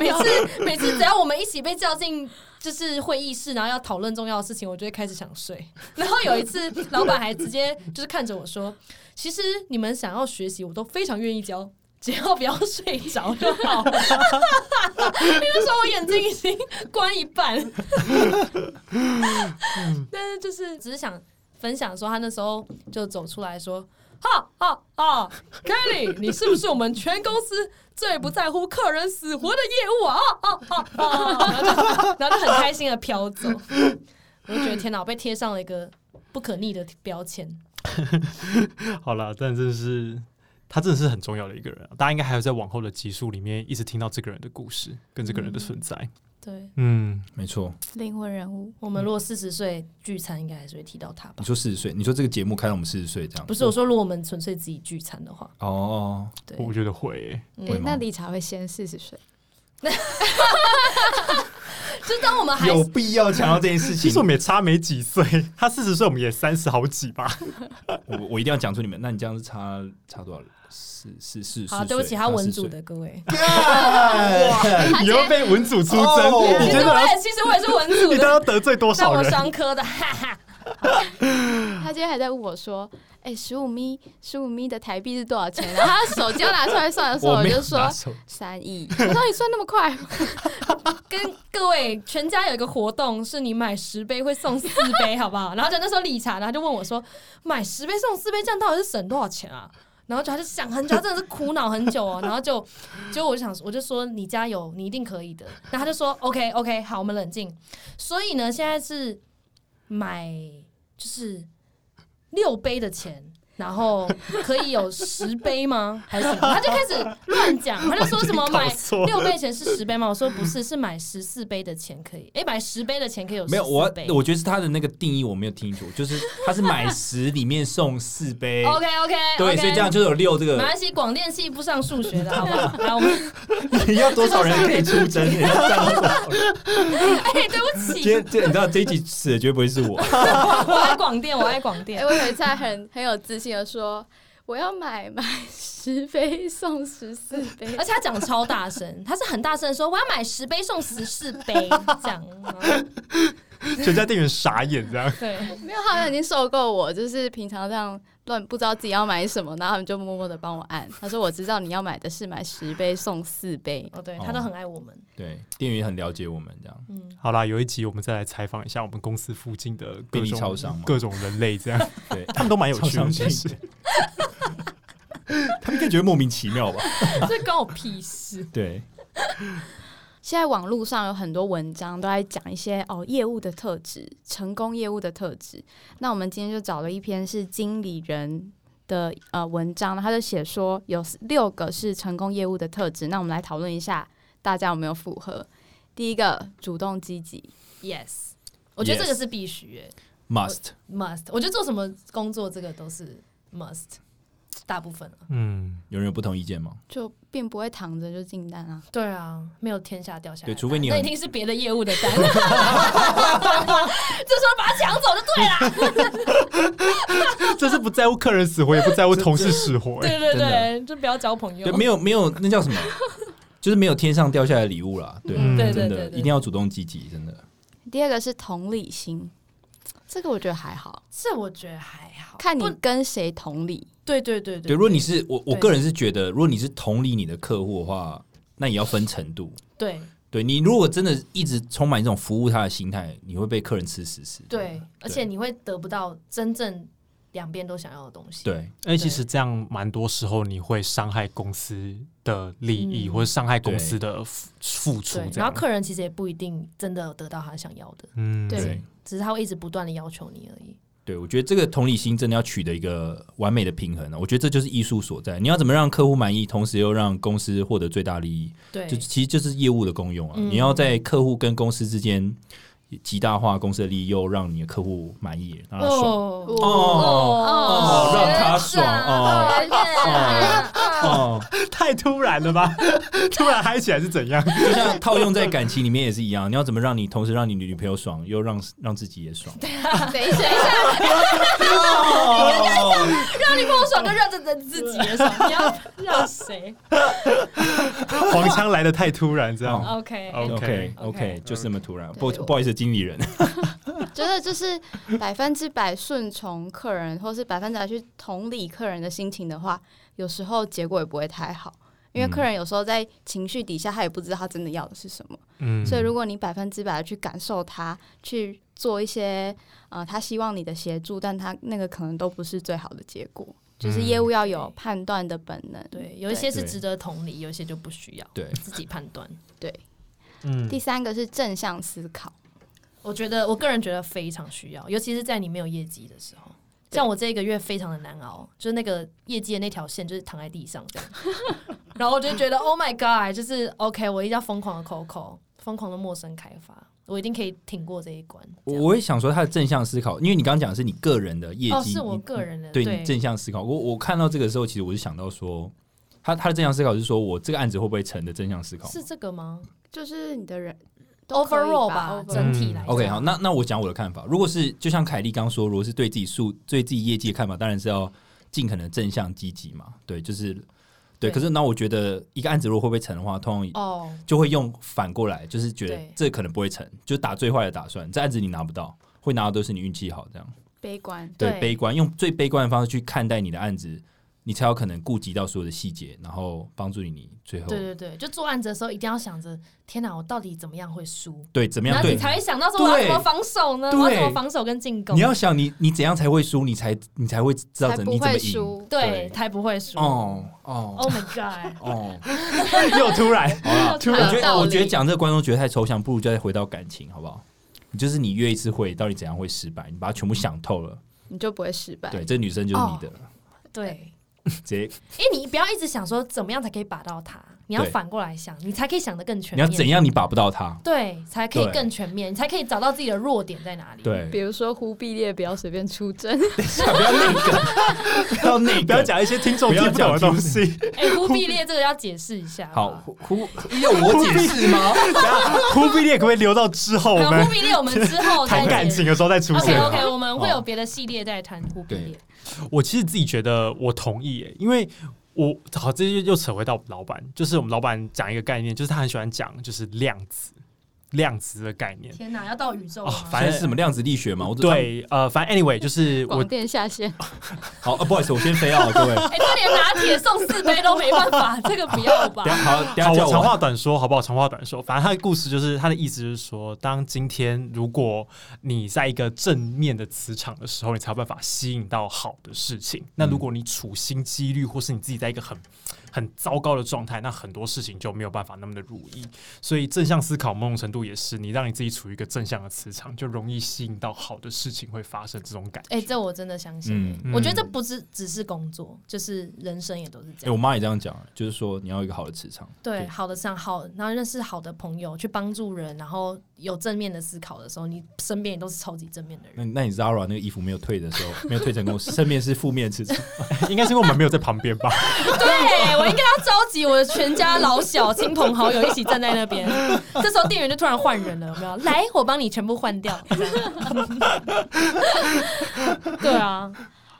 Speaker 3: 每 (laughs) 次每次只要我们一起被叫进就是会议室，然后要讨论重要的事情，我就会开始想睡。 (laughs) 然后有一次，老板还直接就是看着我说：“其实你们想要学习，我都非常愿意教。”只要不要睡着就好了。 (laughs) 那个时候我眼睛已经关一半， (laughs) 但是就是只是想分享说，他那时候就走出来说：“哈哈哈 k e l l y 你是不是我们全公司最不在乎客人死活的业务啊？”啊啊啊啊！然后就然后就很开心的飘走，我就觉得天哪，我被贴上了一个不可逆的标签。
Speaker 2: 好了，但真的是他真的是很重要的一个人啊、大家应该还有在往后的集数里面一直听到这个人的故事跟这个人的存在。
Speaker 3: 对
Speaker 2: 嗯，
Speaker 4: 没错，
Speaker 1: 灵魂人物，
Speaker 3: 我们如果四十岁聚餐，应该还是会提到他吧
Speaker 4: 你？说四十岁，你说这个节目开到我们四十岁这样，
Speaker 3: 不是，我说如果我们纯粹自己聚餐的话，
Speaker 4: 哦，
Speaker 3: 对，
Speaker 2: 我觉得会欸、
Speaker 1: 诶
Speaker 4: 会
Speaker 1: 嗯
Speaker 4: 吗
Speaker 1: 那理查会先四十岁，
Speaker 3: 就当我们还
Speaker 4: 有必要强调这件事
Speaker 2: 其
Speaker 4: 情
Speaker 2: 实我。们也差没几岁，他四十岁，我们也三十好几吧。
Speaker 4: 我我一定要讲出你们，那你这样是差差多少？四四四
Speaker 3: 好，对不起，他文组，的各位。
Speaker 2: 哇， (laughs) 你又被文组出征，
Speaker 4: 哦
Speaker 2: 你
Speaker 3: 其
Speaker 2: 觉
Speaker 3: 实
Speaker 2: 得
Speaker 3: 我
Speaker 2: 要
Speaker 3: 也其实我也是文组
Speaker 2: 你都
Speaker 3: 的，
Speaker 2: 要得罪多
Speaker 3: 但
Speaker 2: 少
Speaker 3: 我
Speaker 2: 人？
Speaker 3: 商科的，哈哈。
Speaker 1: (laughs) 他今天还在问我说：“哎、十五咪，十五咪的台币是多少 (laughs) 钱？”然后他手机要拿出来算的时候，我
Speaker 4: 没有
Speaker 1: 就说
Speaker 4: 拿手
Speaker 1: 三 (laughs) 亿。我说你算那么快，
Speaker 3: 跟各位全家有一个活动，是你买十杯会送四杯，好不好？ (laughs) 然后就那时候理查，然后就问我说，买十杯送四杯，这样到底是省多少钱啊？然后就他就想很久，他真的是苦恼很久哦。 (laughs) 然后就，结果我就想，我就说你加油，你一定可以的。然后他就说 OK OK，好，我们冷静。所以呢，现在是买就是六杯的钱，然后可以有十杯吗？还是什么？他就开始乱讲，他就说什
Speaker 2: (laughs)
Speaker 3: 么
Speaker 2: 完
Speaker 3: 买
Speaker 2: 全搞错
Speaker 3: 六杯钱是十杯吗？我说不是，是买十四杯的钱可以。诶，买十杯的钱可以有
Speaker 4: 没有我
Speaker 3: 14杯，
Speaker 4: 我觉得是他的那个定义我没有听清楚，就是他是买十里面送四
Speaker 3: (laughs)
Speaker 4: 杯，
Speaker 3: OK OK，
Speaker 4: 对，所以这样就有六这
Speaker 3: 没
Speaker 4: 个，
Speaker 3: 关系，广电系不上数学的好
Speaker 4: (laughs)
Speaker 3: 不好？来，我们
Speaker 4: 你 (laughs) 要多少人可以出征？你要这样多少人？
Speaker 3: 哎、对不
Speaker 4: 今
Speaker 3: 起，
Speaker 4: 天这你知道这一集死的绝不会是我，
Speaker 3: 我爱广电，我爱广
Speaker 1: 哎、
Speaker 3: 电。
Speaker 1: 我有一次还很很有自信的说：“ (laughs) 我要买买十杯送十四杯。
Speaker 3: 而且他讲超大声，他是很大声地说：“我要买十杯送十四杯。”这样，
Speaker 4: (laughs)
Speaker 3: 然后
Speaker 2: 全家店员傻眼这样。
Speaker 3: 对，”
Speaker 1: 没有，他们已经受够我，就是平常这样乱不知道自己要买什么，然后他们就默默的帮我按。他说：“我知道你要买的是买十杯送四杯。”
Speaker 3: 哦，对
Speaker 4: 哦
Speaker 3: 他都很爱我们。
Speaker 4: 对，店员也很了解我们这样，
Speaker 3: 嗯，
Speaker 2: 好啦，有一集我们再来采访一下我们公司附近的各
Speaker 4: 便利
Speaker 2: 种
Speaker 4: 超商吗
Speaker 2: 各种人类，这样
Speaker 3: (laughs)
Speaker 4: 对，
Speaker 2: 他们都蛮有趣
Speaker 4: 超
Speaker 2: 的。
Speaker 4: 商
Speaker 2: 其实
Speaker 4: 他们应该觉得莫名其妙吧？
Speaker 3: 这关我屁事。
Speaker 4: 对，
Speaker 1: 现在网络上有很多文章都在讲一些哦业务的特质，成功业务的特质。那我们今天就找了一篇是经理人的呃文章，他就写说有六个是成功业务的特质。那我们来讨论一下，大家有没有符合？第一个，主动积极，
Speaker 3: Yes，我觉得这个是必须、欸
Speaker 4: must
Speaker 3: must。我觉得做什么工作，这个都是 must，大部分啊。
Speaker 2: 嗯，
Speaker 4: 有人有不同意见吗？
Speaker 1: 就并不会躺着就进单啊。
Speaker 3: 对啊，没有天下掉下来的
Speaker 4: 对
Speaker 3: 蛋，
Speaker 4: 除非你有
Speaker 3: 那一定是别的业务的单， (laughs) 这时候把他抢走就对了。
Speaker 2: 这是不在乎客人死活，也不在乎同事死活、欸。
Speaker 3: 对对
Speaker 4: 真的
Speaker 3: 对，就不要交朋友
Speaker 4: 就。没有没有那叫
Speaker 3: (laughs)
Speaker 4: 什么，就是没有天上掉下来的礼物啦。对，
Speaker 2: 嗯对
Speaker 3: 对
Speaker 4: 真的
Speaker 3: 对对
Speaker 4: 一定要主动积极，真的。
Speaker 1: 第二个是同理心，这个我觉得还好，
Speaker 3: 这我觉得还好，
Speaker 1: 看你
Speaker 3: 不
Speaker 1: 跟谁同理。
Speaker 3: 对对对对
Speaker 4: 对，如果你是我，我
Speaker 3: 对
Speaker 4: 个人是觉得，如果你是同理你的客户的话，那也要分程度。
Speaker 3: 对
Speaker 4: 对你如果真的一直充满一种服务他的心态，你会被客人吃死死。
Speaker 3: 对，而且你会得不到真正两边都想要的东西。
Speaker 4: 对，
Speaker 2: 哎，其实这样蛮多时候你会伤害公司的利益，或者伤害公司的付付出
Speaker 3: 对，
Speaker 2: 这
Speaker 3: 然后
Speaker 2: 样。
Speaker 3: 客人其实也不一定真的得到他想要的，
Speaker 2: 嗯，
Speaker 1: 对
Speaker 4: 对
Speaker 3: 只是他会一直不断的要求你而已。
Speaker 4: 对，我觉得这个同理心真的要取得一个完美的平衡啊！我觉得这就是艺术所在。你要怎么让客户满意，同时又让公司获得最大利益，
Speaker 3: 对
Speaker 4: 就其实就是业务的功用啊！
Speaker 3: 嗯
Speaker 4: 你要在客户跟公司之间极大化公司的利益，又让你的客户满意，让他爽。
Speaker 3: 哦
Speaker 4: 哦
Speaker 1: 哦，
Speaker 4: 让他爽哦哦，
Speaker 2: 太突然了吧？突然嗨起来是怎样？
Speaker 4: 就像套用在感情里面也是一样，你要怎么让你同时让你女女朋友爽，又让让自己也爽？
Speaker 1: 等一下，等一下，
Speaker 4: 哦，
Speaker 3: 让你跟我爽，跟让真真自己也爽，你要让谁
Speaker 2: 黄腔来的太突然，这样。
Speaker 3: ？OK，
Speaker 2: 哦
Speaker 4: OK
Speaker 2: OK，
Speaker 4: OK，就是那么突然。
Speaker 1: 对
Speaker 4: 不
Speaker 1: 我
Speaker 4: 不好意思，经理人，
Speaker 1: 觉得就是百分之百顺从客人，或是百分之百去同理客人的心情的话，有时候结果也不会太好，
Speaker 4: 嗯
Speaker 1: 因为客人有时候在情绪底下，他也不知道他真的要的是什么。
Speaker 2: 嗯
Speaker 1: 所以如果你百分之百的去感受他，去做一些呃他希望你的协助，但他那个可能都不是最好的结果。就是
Speaker 4: 嗯
Speaker 1: 业务要有判断的本能。
Speaker 3: 对，有一些是
Speaker 4: 对
Speaker 3: 值得同理，有一些就不需要，
Speaker 4: 对
Speaker 3: 自己判断。
Speaker 1: 对，
Speaker 2: 嗯
Speaker 1: 第三个是正向思考。
Speaker 3: 我觉得我个人觉得非常需要，尤其是在你没有业绩的时候。
Speaker 1: 对
Speaker 3: 像我这一个月非常的难熬，就是那个业绩的那条线就是躺在地上这样，然后我就觉得 Oh my God，就是 OK，我一定要疯狂的 COCO，疯狂的陌生开发，我一定可以挺过这一关。这
Speaker 4: 我
Speaker 3: 样
Speaker 4: 我也想说他的正向思考，因为你刚刚讲的是你个人的业绩，
Speaker 3: 哦，是我
Speaker 4: 你
Speaker 3: 个人的
Speaker 4: 对你正向思考。我我看到这个时候，其实我就想到说，他他的正向思考是说我这个案子会不会成的正向思考。
Speaker 3: 是这个吗
Speaker 1: 就是你的人都可以
Speaker 3: ？Overall
Speaker 1: 吧，overall
Speaker 4: 嗯
Speaker 3: 整体来讲
Speaker 4: OK，好，那那我讲我的看法。如果是就像凯莉刚说，如果是对自己数、对自己业绩的看法，当然是要尽可能正向积极嘛。对，就是对。
Speaker 3: 对
Speaker 4: 可是那我觉得一个案子如果会不会成的话，通常
Speaker 3: 哦，
Speaker 4: 就会用反过来，就是觉得
Speaker 3: 对
Speaker 4: 这可能不会成，就打最坏的打算。这案子你拿不到，会拿的都是你运气好这样。
Speaker 1: 悲观。
Speaker 4: 对
Speaker 3: 对
Speaker 4: 悲观，用最悲观的方式去看待你的案子，你才有可能顾及到所有的细节，然后帮助你最后
Speaker 3: 对对对，就做案子的时候一定要想着，天哪，我到底怎么样会输？
Speaker 4: 对怎么
Speaker 3: 然
Speaker 4: 样
Speaker 3: 后
Speaker 4: 对
Speaker 3: 你。才会想到说我要
Speaker 4: 对
Speaker 3: 怎么防守呢？
Speaker 4: 对
Speaker 3: 我要怎么防守跟进攻？
Speaker 4: 你要想你你怎样才会输，你才你才会知道
Speaker 1: 才
Speaker 4: 怎
Speaker 1: 不
Speaker 4: 你怎么
Speaker 1: 会
Speaker 4: 赢。
Speaker 1: 输。
Speaker 3: 对
Speaker 4: 对
Speaker 3: 才不会输。
Speaker 4: 哦哦
Speaker 3: Oh my god！
Speaker 4: (laughs) 哦，
Speaker 2: 又突然，
Speaker 4: 好啦，
Speaker 1: 突然
Speaker 4: 我觉
Speaker 1: 有道
Speaker 4: 得
Speaker 1: 理
Speaker 4: 我觉得讲这个观众觉得太抽象，不如就再回到感情，好不好？你就是你约一次会，到底怎样会失败？你把它全部想透了，
Speaker 1: 你就不会失败。
Speaker 4: 对，这女生就是你的， (laughs)
Speaker 3: 对，
Speaker 4: 直接
Speaker 3: 因为你不要一直想说怎么样才可以把到他，你要
Speaker 4: 对
Speaker 3: 反过来想，你才可以想得更全
Speaker 4: 你
Speaker 3: 面。
Speaker 2: 啊
Speaker 4: 要怎？样你把不到她，
Speaker 2: 嗯
Speaker 3: 对，才可以
Speaker 4: 对
Speaker 3: 更全面，你才可以找到自己的弱点在哪里。，
Speaker 4: 对，
Speaker 1: 比如说忽必烈不要随便出征，
Speaker 4: 不要那个，不要那个，
Speaker 2: 不要讲一些听众听不懂的东西。
Speaker 3: 哎，忽必烈这个要解释一下。
Speaker 4: 好
Speaker 3: 吧，
Speaker 4: 忽忽要我解释吗？
Speaker 2: 忽必烈可不可以留到之后我
Speaker 3: 好，
Speaker 2: 们
Speaker 3: 忽必烈我们之后再
Speaker 2: 谈感情的时候再出
Speaker 3: OK
Speaker 2: 现？
Speaker 3: OK，我们会有别的系列再谈忽必烈。
Speaker 2: 我其实自己觉得我同意耶，因为我好，这就又扯回到我们老板，就是我们老板讲一个概念，就是他很喜欢讲就是量子量子的概念。
Speaker 3: 天哪，要到宇宙了
Speaker 2: 哦
Speaker 3: 吗
Speaker 2: 反
Speaker 4: 反正是什么量子力学嘛，我只
Speaker 2: 对，呃，反正 anyway，就是我
Speaker 1: 广电下
Speaker 4: (laughs)
Speaker 1: 线。
Speaker 4: 好、啊，不好意思，我先飞啊，各位。
Speaker 3: 哎，这连拿铁送四杯都没办法， (laughs) 这个不要吧
Speaker 4: 等下？好，等
Speaker 2: 好，
Speaker 4: 下
Speaker 2: 我
Speaker 4: 叫
Speaker 2: 长
Speaker 4: 我。
Speaker 2: 话短说，好不好？长话短说，反正他的故事就是他的意思就是说，当今天如果你在一个正面的磁场的时候，你才有办法吸引到好的事情。
Speaker 4: 嗯
Speaker 2: 那如果你处心积虑，或是你自己在一个很很糟糕的状态，那很多事情就没有办法那么的如意。所以正向思考某种程度也是你让你自己处于一个正向的磁场，就容易吸引到好的事情会发生这种感觉。
Speaker 3: 哎、这我真的相信、
Speaker 4: 嗯
Speaker 2: 嗯
Speaker 3: 我觉得这不是只是工作，就是人生也都是
Speaker 4: 哎、
Speaker 3: 这样。
Speaker 4: 我妈也这样讲，就是说你要有一个好的磁场。
Speaker 3: 对，好的上好，然后认识好的朋友，去帮助人，然后有正面的思考的时候，你身边也都是超级正面的
Speaker 4: (laughs)
Speaker 3: 人。
Speaker 4: 那那你 Zara 那个衣服没有退的时候，没有退成功，身边是负面磁场。
Speaker 2: (laughs) 应该是因为我们没有在旁边吧？ (laughs)
Speaker 3: 对我应该要召集我的全家老小、亲朋好友一起站在那边。这时候店员就突然换人了，有没有？来，我帮你全部换掉。这样对啊，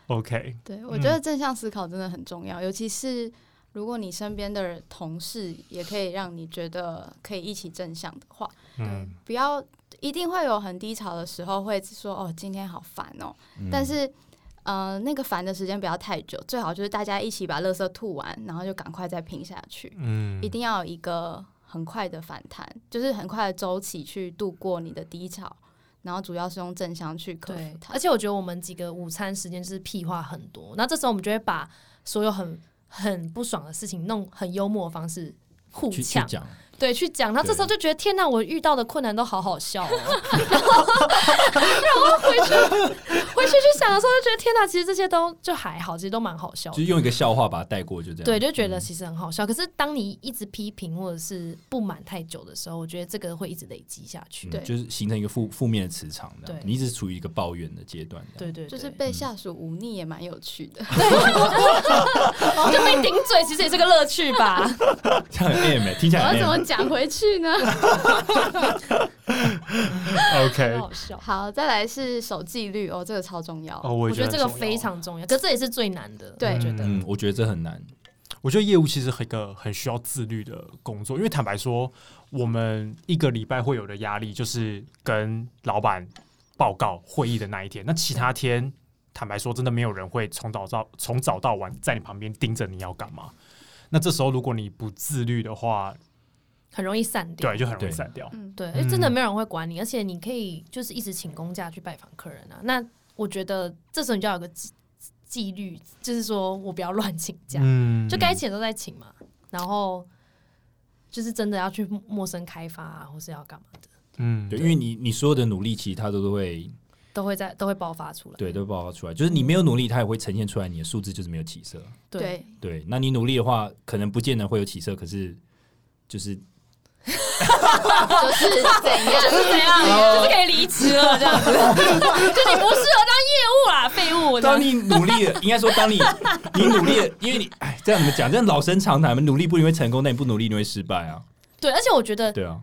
Speaker 2: OK，
Speaker 1: (laughs)
Speaker 4: 嗯
Speaker 1: 对，我觉得正向思考真的很重要，尤其是如果你身边的同事也可以让你觉得可以一起正向的话，
Speaker 2: 嗯，
Speaker 1: 不要一定会有很低潮的时候，会说哦今天好烦哦，
Speaker 4: 嗯
Speaker 1: 但是。呃，那个烦的时间不要太久，最好就是大家一起把垃圾吐完，然后就赶快再拼下去。
Speaker 2: 嗯
Speaker 1: 一定要有一个很快的反弹，就是很快的周期去度过你的低潮，然后主要是用正向去克服
Speaker 3: 对，
Speaker 1: 它
Speaker 3: 而。且我觉得我们几个午餐时间就是屁话很多，那这时候我们就会把所有很很不爽的事情弄很幽默的方式互
Speaker 4: 去去
Speaker 3: 呛，
Speaker 4: 讲，
Speaker 3: 对，去讲。然后这时候就觉得天哪，我遇到的困难都好好笑哦。 (laughs) 然后回去 (laughs) 回去去想的时候就觉得天哪，其实这些都就还好，其实都蛮好笑的
Speaker 4: 就是用嗯一个笑话把它带过，就这样。
Speaker 3: 对，就觉得其实很好笑。可是当你一直批评或者是不满太久的时候，我觉得这个会一直累积下去。
Speaker 4: 嗯
Speaker 1: 对
Speaker 4: 就是形成一个负负面的磁场这样
Speaker 3: 对
Speaker 4: 你一直处于一个抱怨的阶段，
Speaker 3: 对，对，
Speaker 1: 就是
Speaker 3: 对 (laughs)
Speaker 1: 被下属忤逆也蛮有趣的，
Speaker 3: 哦就被顶嘴，其实也是个乐趣 (laughs) 吧。
Speaker 4: 这样很 M，、欸、听起
Speaker 1: 我要
Speaker 4: 来很
Speaker 1: 怎么
Speaker 4: M。
Speaker 1: 讲回去
Speaker 2: (laughs)
Speaker 1: 呢？
Speaker 3: 很
Speaker 2: OK，
Speaker 3: 好笑。
Speaker 1: 好，再来是守纪律哦，这个超重要。
Speaker 2: 哦，我
Speaker 3: 我
Speaker 2: 也
Speaker 3: 觉得这个
Speaker 2: 很重要
Speaker 3: 非，常重要，可这也是最难的。
Speaker 1: 对
Speaker 3: 我觉得
Speaker 4: 嗯，我觉得这很难。
Speaker 2: 我觉得业务其实很一个很需要自律的工作，因为坦白说，我们一个礼拜会有的压力就是跟老板报告会议的那一天，那其他天。坦白说，真的没有人会从早到从早到晚在你旁边盯着你要干嘛。那这时候，如果你不自律的话，
Speaker 3: 很容易散掉。
Speaker 2: 对，就很容易
Speaker 4: 对
Speaker 2: 散掉。
Speaker 1: 嗯，
Speaker 3: 对，因为真的没有人会管你，而且你可以就是一直请公假去拜访客人啊。那我觉得这时候你就要有个纪纪律，就是说我不要乱请假，
Speaker 2: 嗯
Speaker 3: 就该请的都在请嘛。然后就是真的要去陌生开发啊，或是要干嘛的，
Speaker 2: 嗯
Speaker 4: 对，因为你你所有的努力，其实它都会
Speaker 3: 都会在都会爆发出来。
Speaker 4: 对都会爆发出来。就是你没有努力，它也会呈现出来，你的数字就是没有起色。
Speaker 3: 对，
Speaker 1: 对，
Speaker 4: 对，那你努力的话，可能不见得会有起色，可是就是
Speaker 1: 就是怎样？
Speaker 3: 就是这样，就是可以离职了这样子。 (laughs) 就你不适合当业务啦，废物这
Speaker 4: 当。
Speaker 3: 样
Speaker 4: 你努力了，应该说当
Speaker 3: (laughs)
Speaker 4: 你你努力了，因为你哎，这样怎么讲？这样老生常谈嘛，努力不一定会成功，但你不努力你会失败啊。
Speaker 3: 对，而且我觉得
Speaker 4: 对啊，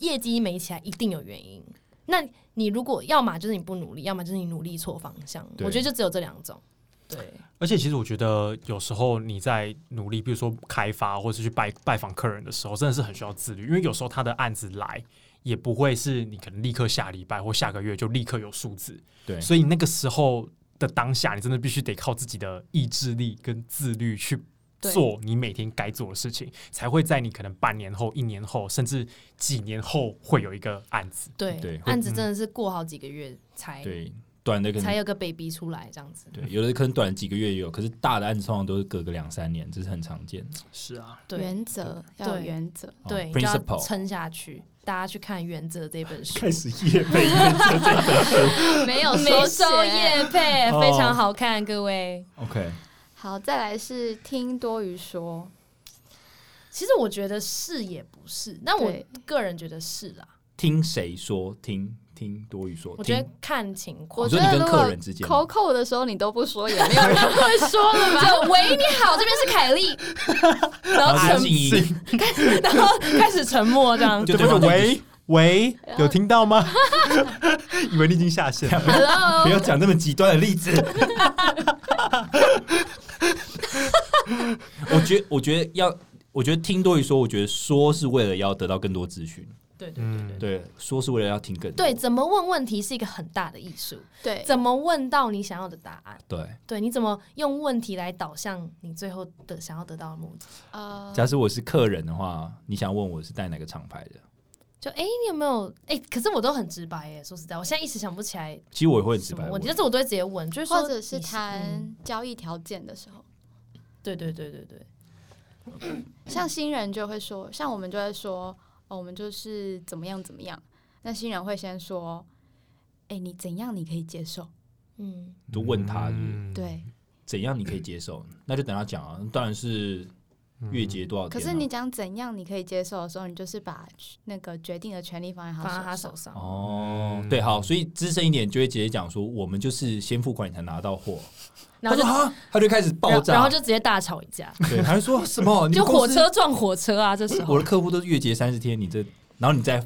Speaker 3: 业绩没起来一定有原因。那你如果要么就是你不努力，要么就是你努力错方向。
Speaker 4: 对
Speaker 3: 我觉得就只有这两种。对，
Speaker 2: 而且其实我觉得有时候你在努力，比如说开发或是去拜拜访客人的时候，真的是很需要自律，因为有时候他的案子来也不会是你可能立刻下礼拜或下个月就立刻有数字，
Speaker 4: 对，
Speaker 2: 所以那个时候的当下，你真的必须得靠自己的意志力跟自律去。
Speaker 3: 对
Speaker 2: 做你每天该做的事情，才会在你可能半年后、一年后，甚至几年后会有一个案子。
Speaker 3: 对，
Speaker 4: 对嗯
Speaker 3: 案子真的是过好几个月才
Speaker 4: 对短的可
Speaker 3: 才
Speaker 4: 能
Speaker 3: 有个 baby 出来这样子。
Speaker 4: 对，有的可能短几个月也有，可是大的案子通常都是隔个两三年，这是很常见的。
Speaker 2: 是啊，
Speaker 3: (laughs) 对
Speaker 1: 原则要有
Speaker 3: 对
Speaker 1: 原则。
Speaker 4: 哦
Speaker 3: 对，你就要
Speaker 4: principle
Speaker 3: 撑下去。大家去看《原则》这本书
Speaker 4: 开，始夜配夜配这个
Speaker 1: 没有
Speaker 3: 没
Speaker 1: 收
Speaker 3: 收
Speaker 1: 业。
Speaker 3: 业配，
Speaker 2: 哦
Speaker 3: 非常好看，各位。
Speaker 4: OK，
Speaker 1: 好，再来是听多于说，
Speaker 3: 其实我觉得是也不是，但我
Speaker 1: 对
Speaker 3: 个人觉得是啦。
Speaker 4: 听谁说？听听多余说，
Speaker 3: 我觉得
Speaker 4: 听
Speaker 3: 看情况
Speaker 1: 我
Speaker 4: 你
Speaker 1: 觉
Speaker 3: (laughs)
Speaker 4: 说你
Speaker 1: 得
Speaker 4: 跟
Speaker 1: 如
Speaker 4: 客
Speaker 1: 果
Speaker 4: 人之间吗
Speaker 1: Coco 的时候你都不说，也没有人会说
Speaker 4: (laughs)
Speaker 1: 了吧？
Speaker 3: 就喂，你好，这边是凯莉，然后
Speaker 4: 然
Speaker 3: 沉
Speaker 4: 后静音，
Speaker 3: (laughs) 然后开始沉默
Speaker 4: (laughs)
Speaker 3: 这样。
Speaker 4: 就对方就
Speaker 2: 喂喂，有听到 (laughs) 吗？以为你已经下线了。
Speaker 3: 呃
Speaker 4: 不要讲这么极端的例子。
Speaker 3: (laughs)
Speaker 4: 我觉我觉得要，我觉得听多于说，我觉得说是为了要得到更多资讯，
Speaker 3: 对对
Speaker 2: 嗯，
Speaker 4: 对，说是为了要听更多
Speaker 3: 对，怎么问问题是一个很大的艺术， (laughs)
Speaker 1: 对，
Speaker 3: 怎么问到你想要的答案？
Speaker 4: 对。
Speaker 3: 对，你怎么用问题来导向你最后的想要得到的目的？
Speaker 1: 呃，
Speaker 4: 假设我是客人的话，你想问我是带哪个厂牌的？
Speaker 3: 就哎、诶你有没有哎、可是我都很直白哎，说实在，我现在一时想不起来
Speaker 4: 其实我也会嗯很直
Speaker 3: 什
Speaker 4: 白
Speaker 3: 么
Speaker 4: 地
Speaker 3: 问
Speaker 4: 问
Speaker 3: 题，，但是我都会直接问，就是说
Speaker 1: 或者是
Speaker 3: 你
Speaker 1: 谈交易条件的时候，
Speaker 3: 对对对对对，
Speaker 1: 像新人就会说，像我们就会说，哦，我们就是怎么样怎么样。那新人会先说，哎、你怎样你可以接受？
Speaker 3: 嗯，
Speaker 4: 就问他是不是
Speaker 2: 嗯，
Speaker 1: 对，
Speaker 4: 怎样你可以接受，那就等他讲啊。当然是月结多少
Speaker 1: 可
Speaker 4: 天啊、
Speaker 1: 是你讲怎样你可以接受的时候，你就是把那个决定的权利放在
Speaker 3: 放在
Speaker 1: 他
Speaker 3: 他
Speaker 1: 手
Speaker 3: 手
Speaker 1: 上。
Speaker 3: 上。
Speaker 4: 哦，对，好，所以资深一点就会直接讲说，我们就是先付款你才拿到货。
Speaker 3: 然后
Speaker 4: 他
Speaker 3: 就
Speaker 4: 说啊，他就开始爆
Speaker 3: 然后
Speaker 4: 炸，
Speaker 3: 然后就直接大吵一架，
Speaker 4: 对，他就说什
Speaker 3: (laughs)
Speaker 4: 么你
Speaker 3: 就
Speaker 4: 们公
Speaker 3: 火
Speaker 4: 司
Speaker 3: 车撞火车啊！这时候
Speaker 4: 我的客户都是月结三十天，你这，然后你再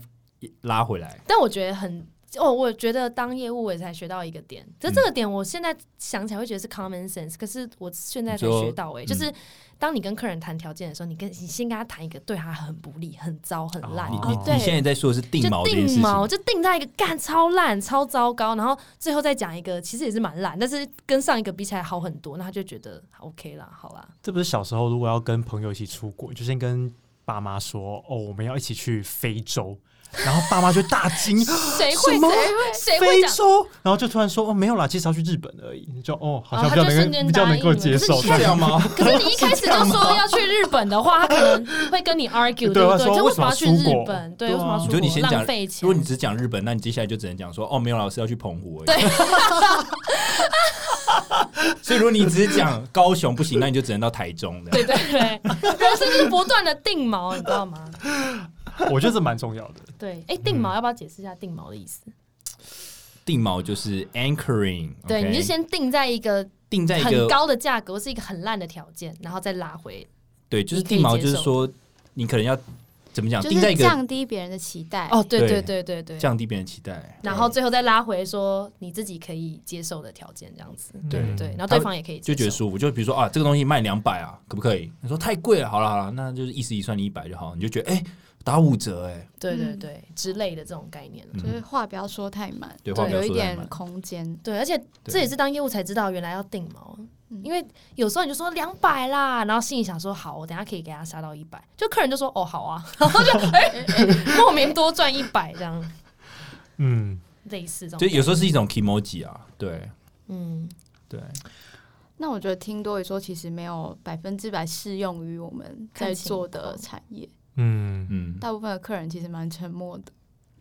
Speaker 4: 拉回来，
Speaker 3: 但我觉得很哦，我觉得当业务我也才学到一个点，可是
Speaker 4: 嗯
Speaker 3: 这个点我现在想起来会觉得是 common sense，可是我现在才
Speaker 4: 你说
Speaker 3: 学到哎、
Speaker 4: 嗯
Speaker 3: 就是当你跟客人谈条件的时候，你跟你先跟他谈一个对他很不利、很糟、很烂。
Speaker 2: 哦
Speaker 4: 你
Speaker 1: 对
Speaker 4: 你现在在说的是定
Speaker 3: 就
Speaker 4: 毛这件事
Speaker 3: 定
Speaker 4: 情，哦
Speaker 3: 毛，就定在一个干超烂、超糟糕，然后最后再讲一个，其实也是蛮烂，但是跟上一个比起来好很多，那他就觉得 OK 啦，好啦，
Speaker 2: 这不是小时候如果要跟朋友一起出国，就先跟爸妈说哦，我们要一起去非洲，然后爸妈就大
Speaker 3: (laughs)
Speaker 2: 惊，
Speaker 3: 谁会
Speaker 2: 什么
Speaker 3: 谁会谁会
Speaker 2: 非
Speaker 3: 讲？
Speaker 2: 洲，然后就突然说哦没有啦，其实要去日本而已，就哦好像
Speaker 3: 哦
Speaker 2: 比较
Speaker 3: 他就
Speaker 2: 能
Speaker 3: 瞬
Speaker 2: 够、
Speaker 3: 间
Speaker 2: 比较能够
Speaker 3: 答应
Speaker 2: 接
Speaker 3: 了 (laughs)
Speaker 2: 受
Speaker 4: 是这样吗？ (laughs)
Speaker 3: 可
Speaker 2: (laughs)
Speaker 3: 是你一开始就说要去日本的话，他可能会跟你
Speaker 2: (laughs)
Speaker 3: argue，
Speaker 2: 对啊
Speaker 3: 对不
Speaker 2: 他说
Speaker 3: 对？
Speaker 2: 为
Speaker 3: 就
Speaker 2: 什
Speaker 3: 为
Speaker 2: 么
Speaker 3: 什么
Speaker 2: 要
Speaker 3: 要
Speaker 2: 出
Speaker 3: 去
Speaker 2: 国
Speaker 3: 日本？
Speaker 2: 对
Speaker 3: 对，
Speaker 2: 啊
Speaker 3: 为什么要
Speaker 4: 你
Speaker 3: 出
Speaker 4: 觉得
Speaker 3: 国？
Speaker 4: 你先讲
Speaker 3: 浪费，钱
Speaker 4: 如果。你只讲日本，那你接下来就只能讲说哦，没有老师要去澎湖而已。 (laughs) 所以如果你只讲高雄不行，那你就只能到台中的。
Speaker 3: 对对对， (laughs) 人生就是不断的定锚，你知道吗？
Speaker 2: 我觉得这蛮重要的。
Speaker 3: 对，哎，定锚要不要解释一下定锚的意思？
Speaker 4: 定锚就是 anchoring，
Speaker 3: 对，
Speaker 4: OK？
Speaker 3: 你就先定在一个
Speaker 4: 定在一
Speaker 3: 很
Speaker 4: 个
Speaker 3: 高的价格，或是一个很烂的条件，然后再拉回。
Speaker 4: 对，就是
Speaker 3: 你可以
Speaker 4: 定锚，
Speaker 3: 接
Speaker 4: 就是
Speaker 3: 受
Speaker 4: 说你可能要怎么讲，
Speaker 1: 就
Speaker 4: 定在
Speaker 1: 是
Speaker 4: 一个
Speaker 1: 降低别人的期待。
Speaker 3: 哦，对
Speaker 4: 对
Speaker 3: 对对对对。
Speaker 4: 降低别人期待，
Speaker 3: 然后最后再拉回说你自己可以接受的条件，这样子。
Speaker 4: 对
Speaker 2: 嗯
Speaker 3: 对，然后对方也可以接
Speaker 4: 就
Speaker 3: 受
Speaker 4: 觉得舒服。就比如说啊，这个东西卖两百啊，可不可以？你说太贵了，好了好了，那就是意思一算你一百就好，你就觉得哎、打五折哎、
Speaker 3: 对对
Speaker 1: 嗯
Speaker 3: 对之类的这种概念。
Speaker 4: 嗯
Speaker 1: 就是话不要说太满，
Speaker 4: 对话不要
Speaker 1: 有一
Speaker 4: 说太
Speaker 1: 点
Speaker 4: 满
Speaker 1: 空间。
Speaker 3: 对，而且这也是当业务才知道原来要定毛，
Speaker 1: 嗯
Speaker 3: 因为有时候你就说两百啦，然后心里想说好，我等一下可以给他杀到一百，就客人就说哦好啊， (laughs) 然后就哎、莫名多赚一百这样，
Speaker 2: 嗯，
Speaker 3: 类似这种
Speaker 4: 就
Speaker 3: 感觉，
Speaker 4: 有时候是一种 emoji 啊，对
Speaker 3: 嗯，
Speaker 4: 对，
Speaker 1: 那我觉得听多语说其实没有百分之百适用于我们在
Speaker 3: 看情
Speaker 1: 做的
Speaker 3: 况
Speaker 1: 产业，
Speaker 3: (laughs)
Speaker 2: 嗯，
Speaker 4: 嗯，
Speaker 1: 大部分的客人其实蛮沉默的，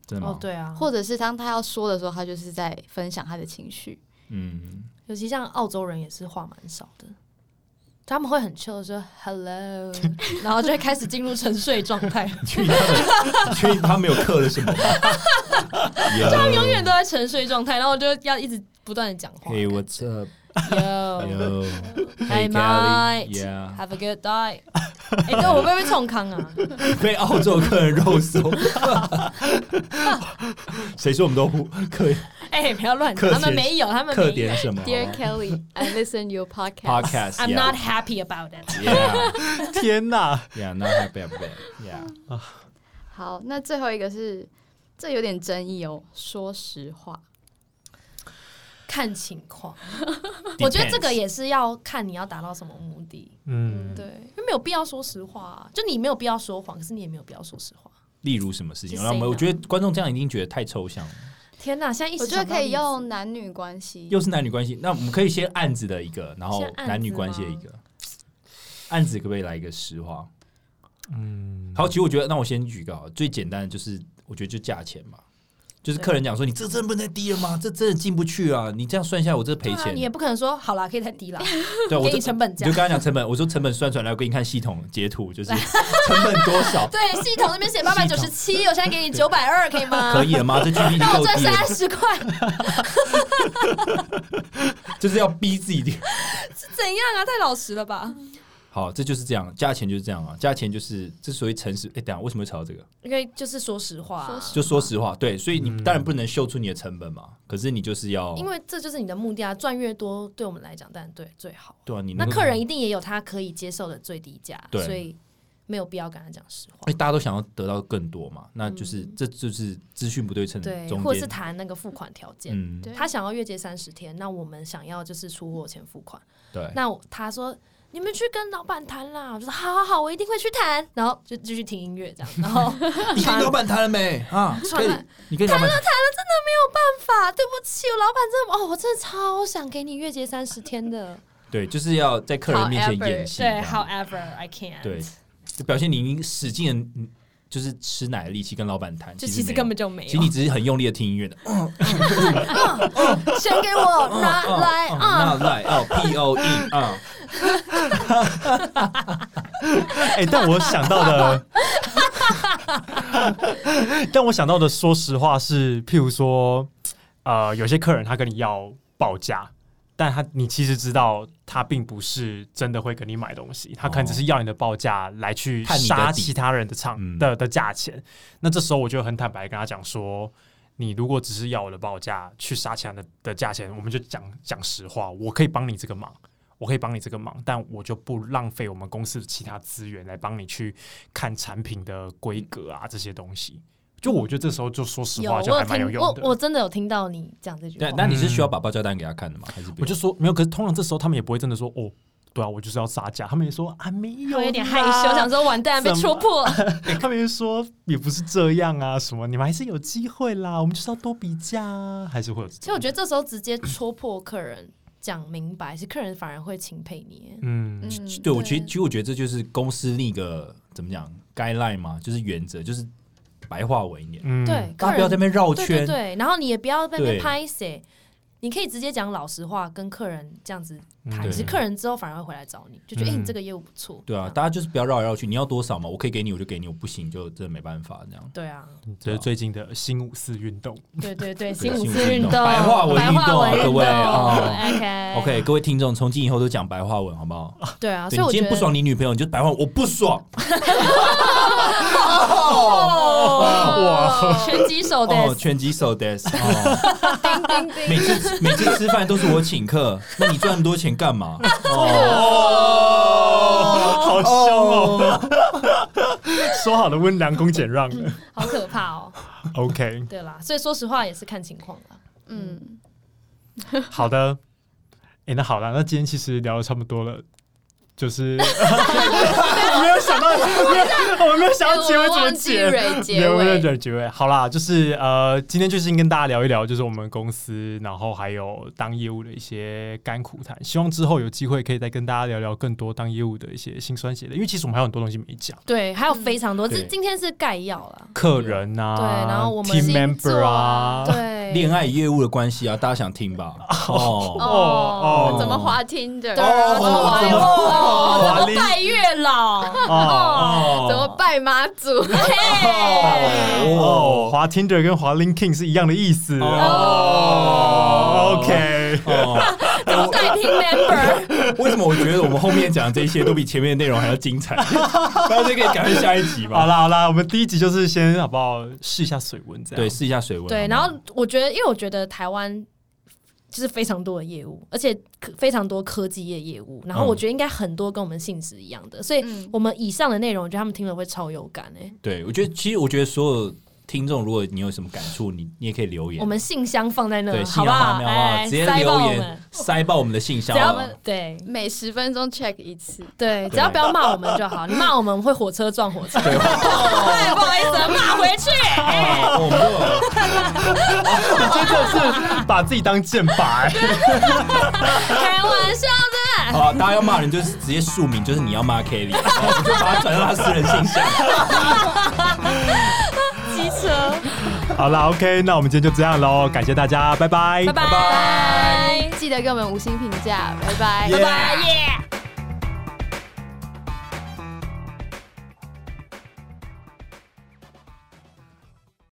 Speaker 4: 真的吗？
Speaker 3: 哦对啊，
Speaker 1: 或者是当他要说的时候，他就是在分享他的情绪。
Speaker 4: 嗯，
Speaker 3: 尤其像澳洲人也是话蛮少的。他们会很 chill 地说
Speaker 4: (laughs)
Speaker 3: hello，然后就会开始进入沉睡状态，
Speaker 4: 你确定他没有？你确定他没有刻了什
Speaker 3: (laughs)
Speaker 4: 么吗？
Speaker 3: 他们永
Speaker 4: 有。
Speaker 3: 远都在沉睡状态，然后就要一直不断的讲话。
Speaker 4: Hey, what's up?
Speaker 3: Yo,
Speaker 4: Yo,
Speaker 3: Hey,
Speaker 4: 哎 Hey,
Speaker 3: mate.
Speaker 4: Kelly. Yeah.
Speaker 3: have a good day。哎， (laughs) 对，我会不会被冲康啊？
Speaker 4: (laughs) 被澳洲客人肉
Speaker 3: (laughs)
Speaker 4: 搜。谁说我们都不客
Speaker 3: 哎、不要乱
Speaker 4: 客
Speaker 3: 讲，
Speaker 4: 气
Speaker 3: 他们没有，他们
Speaker 4: 客
Speaker 3: 没有。
Speaker 4: 点什么
Speaker 1: Dear Kelly, I listen your podcast.
Speaker 4: podcast?
Speaker 3: I'm
Speaker 4: yeah.
Speaker 3: not happy about it。
Speaker 4: Yeah,
Speaker 2: 天哪！
Speaker 4: yeah, not happy about it. Yeah.
Speaker 1: 好，那最后一个是，这有点争议哦。说实话，
Speaker 3: 看情况， (laughs) 我觉得这个也是要看你要达到什么目的。
Speaker 2: 嗯，
Speaker 3: 对，因为没有必要说实话、啊，就你没有必要说谎，可是你也没有必要说实话。
Speaker 4: 例如什么事情？
Speaker 3: 是啊
Speaker 4: 让我们
Speaker 3: 谁呢
Speaker 4: 我觉得观众这样一定觉得太抽象了。
Speaker 3: 天哪，现在一时
Speaker 1: 我觉得
Speaker 3: 想不到
Speaker 1: 可以
Speaker 3: 例子
Speaker 1: 用男女关系。
Speaker 4: 又是男女关系，那我们可以先案子的一个，然后
Speaker 3: 先案子
Speaker 4: 男女关系的一个。案子可不可以来一个实话？
Speaker 2: 嗯，
Speaker 4: 好，其实我觉得，那我先举一个好了最简单的，就是我觉得就价钱嘛，就是客人讲说你这真的不能再低了吗？这真的进不去啊！你这样算下来，我这赔
Speaker 3: 对啊，
Speaker 4: 钱
Speaker 3: 你。也不可能说好啦，可以再低 (laughs) 啦，
Speaker 4: 对，啊我
Speaker 3: 给
Speaker 4: 这
Speaker 3: 你成本
Speaker 4: 你
Speaker 3: 价
Speaker 4: 就。跟他讲成本，我说成本算出来，来我给你看系统截图，就是 (laughs) 成本多少，
Speaker 3: (laughs) 对，系统那边写八百九十七，我现在给你九百二，可以吗？
Speaker 4: 可以了吗？这 GP
Speaker 3: 让我
Speaker 4: 够
Speaker 3: 赚
Speaker 4: 低了，
Speaker 3: 三十块，
Speaker 4: 就是要逼自己一点。
Speaker 3: 是怎样啊？太老实了吧？
Speaker 4: 好，这就是这样，价钱就是这样啊，价钱就是这所谓诚实。哎、等一下为什么会吵到这个？
Speaker 3: 因为就是说实话啊、
Speaker 1: 说实
Speaker 4: 就说实话，对，所以你
Speaker 2: 嗯
Speaker 4: 当然不能秀出你的成本嘛，可是你就是要，
Speaker 3: 因为这就是你的目的啊，赚越多对我们来讲，当然对最好。
Speaker 4: 对啊，你
Speaker 3: 那
Speaker 4: 能够
Speaker 3: 客人一定也有他可以接受的最低价，
Speaker 4: 对
Speaker 3: 所以没有必要跟他讲实话
Speaker 4: 哎、，大家都想要得到更多嘛，那就是、
Speaker 3: 嗯
Speaker 4: 这就是资讯不对称的
Speaker 3: 对，
Speaker 4: 嗯中
Speaker 3: 或者是
Speaker 4: 间，
Speaker 3: 谈那个付款条件。
Speaker 4: 嗯，
Speaker 1: 对
Speaker 3: 他想要月结三十天，那我们想要就是出货前付款。
Speaker 4: 对，
Speaker 3: 那我他说你们去跟老板谈啦，我就说好好好，我一定会去谈。然后就继续听音乐这样，然后 (laughs)
Speaker 4: 你跟老板谈了没啊？可
Speaker 3: 传
Speaker 4: 以
Speaker 3: 了，
Speaker 4: 你跟老板
Speaker 3: 法对不起，我老板真的哦，我真的超想给你月结三十天
Speaker 4: (laughs)
Speaker 3: 的。
Speaker 4: 对，就是要在客人面前
Speaker 1: However，
Speaker 4: 演戏，这
Speaker 3: 对
Speaker 4: 样
Speaker 3: ，However I can。
Speaker 4: 啊对，就表现你已经使尽了嗯就是吃奶的力气跟老板谈，
Speaker 3: 就
Speaker 4: 其
Speaker 3: 其
Speaker 4: 没
Speaker 3: 实
Speaker 4: 有
Speaker 3: 根本就没
Speaker 4: 其实
Speaker 3: 有
Speaker 4: 你。只是很用力的听音乐的，
Speaker 3: 钱给
Speaker 4: (laughs)
Speaker 3: 我，来
Speaker 4: 哦
Speaker 3: 来
Speaker 4: 哦
Speaker 3: 啊！
Speaker 4: 那来哦，P O
Speaker 3: (laughs)
Speaker 4: E 啊，
Speaker 2: 哎、但我想到
Speaker 4: (laughs)
Speaker 2: 的，但我想到的，说实话是，譬如说，呃，有些客人他跟你要报价，但他你其实知道他并不是真的会跟你买东西，他可能只是要你的报价来去
Speaker 4: 哦探你的
Speaker 2: 杀
Speaker 4: 底
Speaker 2: 其他人的场
Speaker 4: 嗯
Speaker 2: 的的价钱。那这时候我就很坦白跟他讲说。你如果只是要我的报价去杀其他人的的价钱，我们就讲讲实话，我可以帮你这个忙，我可以帮你这个忙，但我就不浪费我们公司的其他资源来帮你去看产品的规格啊这些东西。就我觉得这时候就说实
Speaker 3: 有，
Speaker 2: 话
Speaker 3: 我
Speaker 2: 就还蛮
Speaker 3: 听，
Speaker 2: 有用
Speaker 3: 我
Speaker 2: 的。
Speaker 3: 我真的有听到你讲这句
Speaker 4: 对
Speaker 3: 话，。
Speaker 4: 那你是需要把报价单给他看的吗？还是不
Speaker 2: 我就
Speaker 4: 用？
Speaker 2: 说没有，可是通常这时候他们也不会真的说哦，对啊，我就是要杀价。他们也说啊，没有，
Speaker 3: 我有点害羞，想说完蛋被戳破了。
Speaker 2: 他们就说也不是这样啊，什么你们还是有机会啦，我们就是要多比价啊，还是会有这种。
Speaker 3: (laughs) 其实我觉得这时候直接戳破客人，讲明白，是客人反而会钦佩你。
Speaker 2: 嗯，
Speaker 1: 嗯，
Speaker 4: 对我其实其实我觉得这就是公司另一个怎么讲 guideline 嘛，就是原则，就是白话文一点，
Speaker 2: 嗯
Speaker 3: 对，
Speaker 4: 大家
Speaker 3: 客
Speaker 4: 不要
Speaker 3: 人
Speaker 4: 在那边绕
Speaker 3: 对
Speaker 4: 圈
Speaker 3: 对。对，然后你也不要被
Speaker 4: 对
Speaker 3: 被拍谁，你可以直接讲老实话，跟客人这样子谈。
Speaker 2: 嗯对
Speaker 3: 其实客人之后反而会回来找你，就觉得
Speaker 2: 嗯
Speaker 3: 哎、诶你这个业务不错。
Speaker 4: 对啊，
Speaker 3: 这样
Speaker 4: 大家就是不要绕来绕去。你要多少嘛？我可以给你，我就给你；我不行，就真的没办法这样。
Speaker 3: 对啊，
Speaker 2: 这是最近的新五四运动。
Speaker 3: 对对
Speaker 4: 对
Speaker 3: 对，新五
Speaker 4: 新
Speaker 3: 四运动，
Speaker 4: 白话文
Speaker 3: 白
Speaker 4: 运
Speaker 3: 话
Speaker 4: 动啊
Speaker 3: 文运
Speaker 4: 各位啊
Speaker 3: OK
Speaker 4: OK，各位听众，从今以后都讲白话文，好不好？
Speaker 3: 对啊，
Speaker 4: 对
Speaker 3: 所以
Speaker 4: 你
Speaker 3: 我
Speaker 4: 今
Speaker 3: 觉
Speaker 4: 天
Speaker 3: 得
Speaker 4: 不爽你女朋友，你就白话文，我不
Speaker 3: (laughs)
Speaker 4: 爽。
Speaker 3: 哦哇，拳击
Speaker 4: (laughs)
Speaker 3: 手
Speaker 4: 哦，
Speaker 3: 的
Speaker 4: 拳击手 des，哦
Speaker 3: (laughs)
Speaker 1: 叮叮叮，
Speaker 4: 每次每次吃饭都是我请
Speaker 3: (laughs)
Speaker 4: 客，那你赚那么多钱干嘛？
Speaker 2: 哦，好凶哦！说好的温良恭俭让的
Speaker 3: 好可怕哦。
Speaker 2: ，OK，
Speaker 3: 对啦，所以说实话也是看情况啦。
Speaker 1: 嗯，
Speaker 2: 好的。哎、那好了，那今天其实聊的差不多了，就是我没有想到，没有我没有想到结尾怎么
Speaker 1: 哎
Speaker 2: 结
Speaker 1: 我。忘记蕊结
Speaker 2: 没有没有
Speaker 1: 尾，
Speaker 2: 结尾，好啦，就是呃，今天就是跟大家聊一聊，就是我们公司，然后还有当业务的一些甘苦谈。希望之后有机会可以再跟大家聊聊更多当业务的一些辛酸血泪，因为其实我们还有很多东西没讲，
Speaker 3: 对，还有非常多，
Speaker 4: 对
Speaker 3: 这今天是概要啦。
Speaker 2: 客人啊，
Speaker 3: 对，然后我们
Speaker 2: team
Speaker 3: 星座
Speaker 2: member 啊，
Speaker 3: 对，
Speaker 4: 恋爱与业务的关系啊，大家想听
Speaker 3: (laughs)
Speaker 4: 吧？哦，
Speaker 2: 哦
Speaker 1: 哦，怎么滑听的？
Speaker 3: 对啊，
Speaker 4: 哦
Speaker 3: 怎么
Speaker 4: 滑
Speaker 3: 怀
Speaker 4: 听
Speaker 3: 孕
Speaker 2: 哦
Speaker 3: 哦，
Speaker 2: 华
Speaker 3: 怎
Speaker 2: 丽
Speaker 3: 么拜月老？
Speaker 2: 哦
Speaker 1: 怎么拜妈祖？
Speaker 3: 哎
Speaker 2: 哦，滑 Tinder 跟滑 LinkedIn 是一样的意思哦
Speaker 4: 哦。
Speaker 2: OK，
Speaker 4: 哦，
Speaker 3: 怎么代听 member？
Speaker 4: 为什么我觉得我们后面讲的这些都比前面的内容还要精
Speaker 3: (laughs)
Speaker 4: 彩？大家就可以赶快下一集
Speaker 2: 好
Speaker 4: 吧。
Speaker 2: 啦好啦，我们第一集就是先好不好试一下水温这样。
Speaker 4: 对，试一下水温。
Speaker 3: (laughs) 对，
Speaker 4: 好吗
Speaker 3: 然后我觉得，因为我觉得台湾。就是非常多的业务，而且科非常多科技业业务，然后
Speaker 4: 嗯
Speaker 3: 我觉得应该很多跟我们性质一样的，所以
Speaker 1: 嗯
Speaker 3: 我们以上的内容，我觉得他们听了会超有感哎、
Speaker 4: 对我觉得，其实我觉得所有听众，如果你有什么感触，你你也可以留言
Speaker 3: 我。们信箱放在
Speaker 4: 对，
Speaker 3: 那，
Speaker 4: 信
Speaker 3: 好
Speaker 4: 仰
Speaker 3: 不好
Speaker 4: 花？喵啊，
Speaker 3: 哎，
Speaker 4: 直接
Speaker 3: 塞
Speaker 4: 留
Speaker 3: 爆我
Speaker 4: 言
Speaker 3: 们，
Speaker 4: 塞爆我们的信箱
Speaker 3: 只
Speaker 4: 好不
Speaker 3: 要
Speaker 4: 好。
Speaker 3: 对
Speaker 1: 每十分钟 check 一次，
Speaker 3: 对，只要不要骂我们就好，你骂我们会火车撞火车， (laughs)
Speaker 4: 对，
Speaker 3: 哎，不好意思，骂回
Speaker 4: (laughs)
Speaker 3: 去。哎
Speaker 4: 我们就有
Speaker 2: 你真的是把自己当箭靶、欸。
Speaker 3: 开玩笑的，
Speaker 4: 好，大家要骂人就是直接署名，就是你要骂 Kelly，然后我们就把它转到他私人信箱。
Speaker 3: 机车，
Speaker 2: 好啦 o、k 那我们今天就这样喽，感谢大家，拜拜，
Speaker 3: 拜拜，
Speaker 1: 记得给我们五星评价，拜拜。
Speaker 3: 拜拜耶。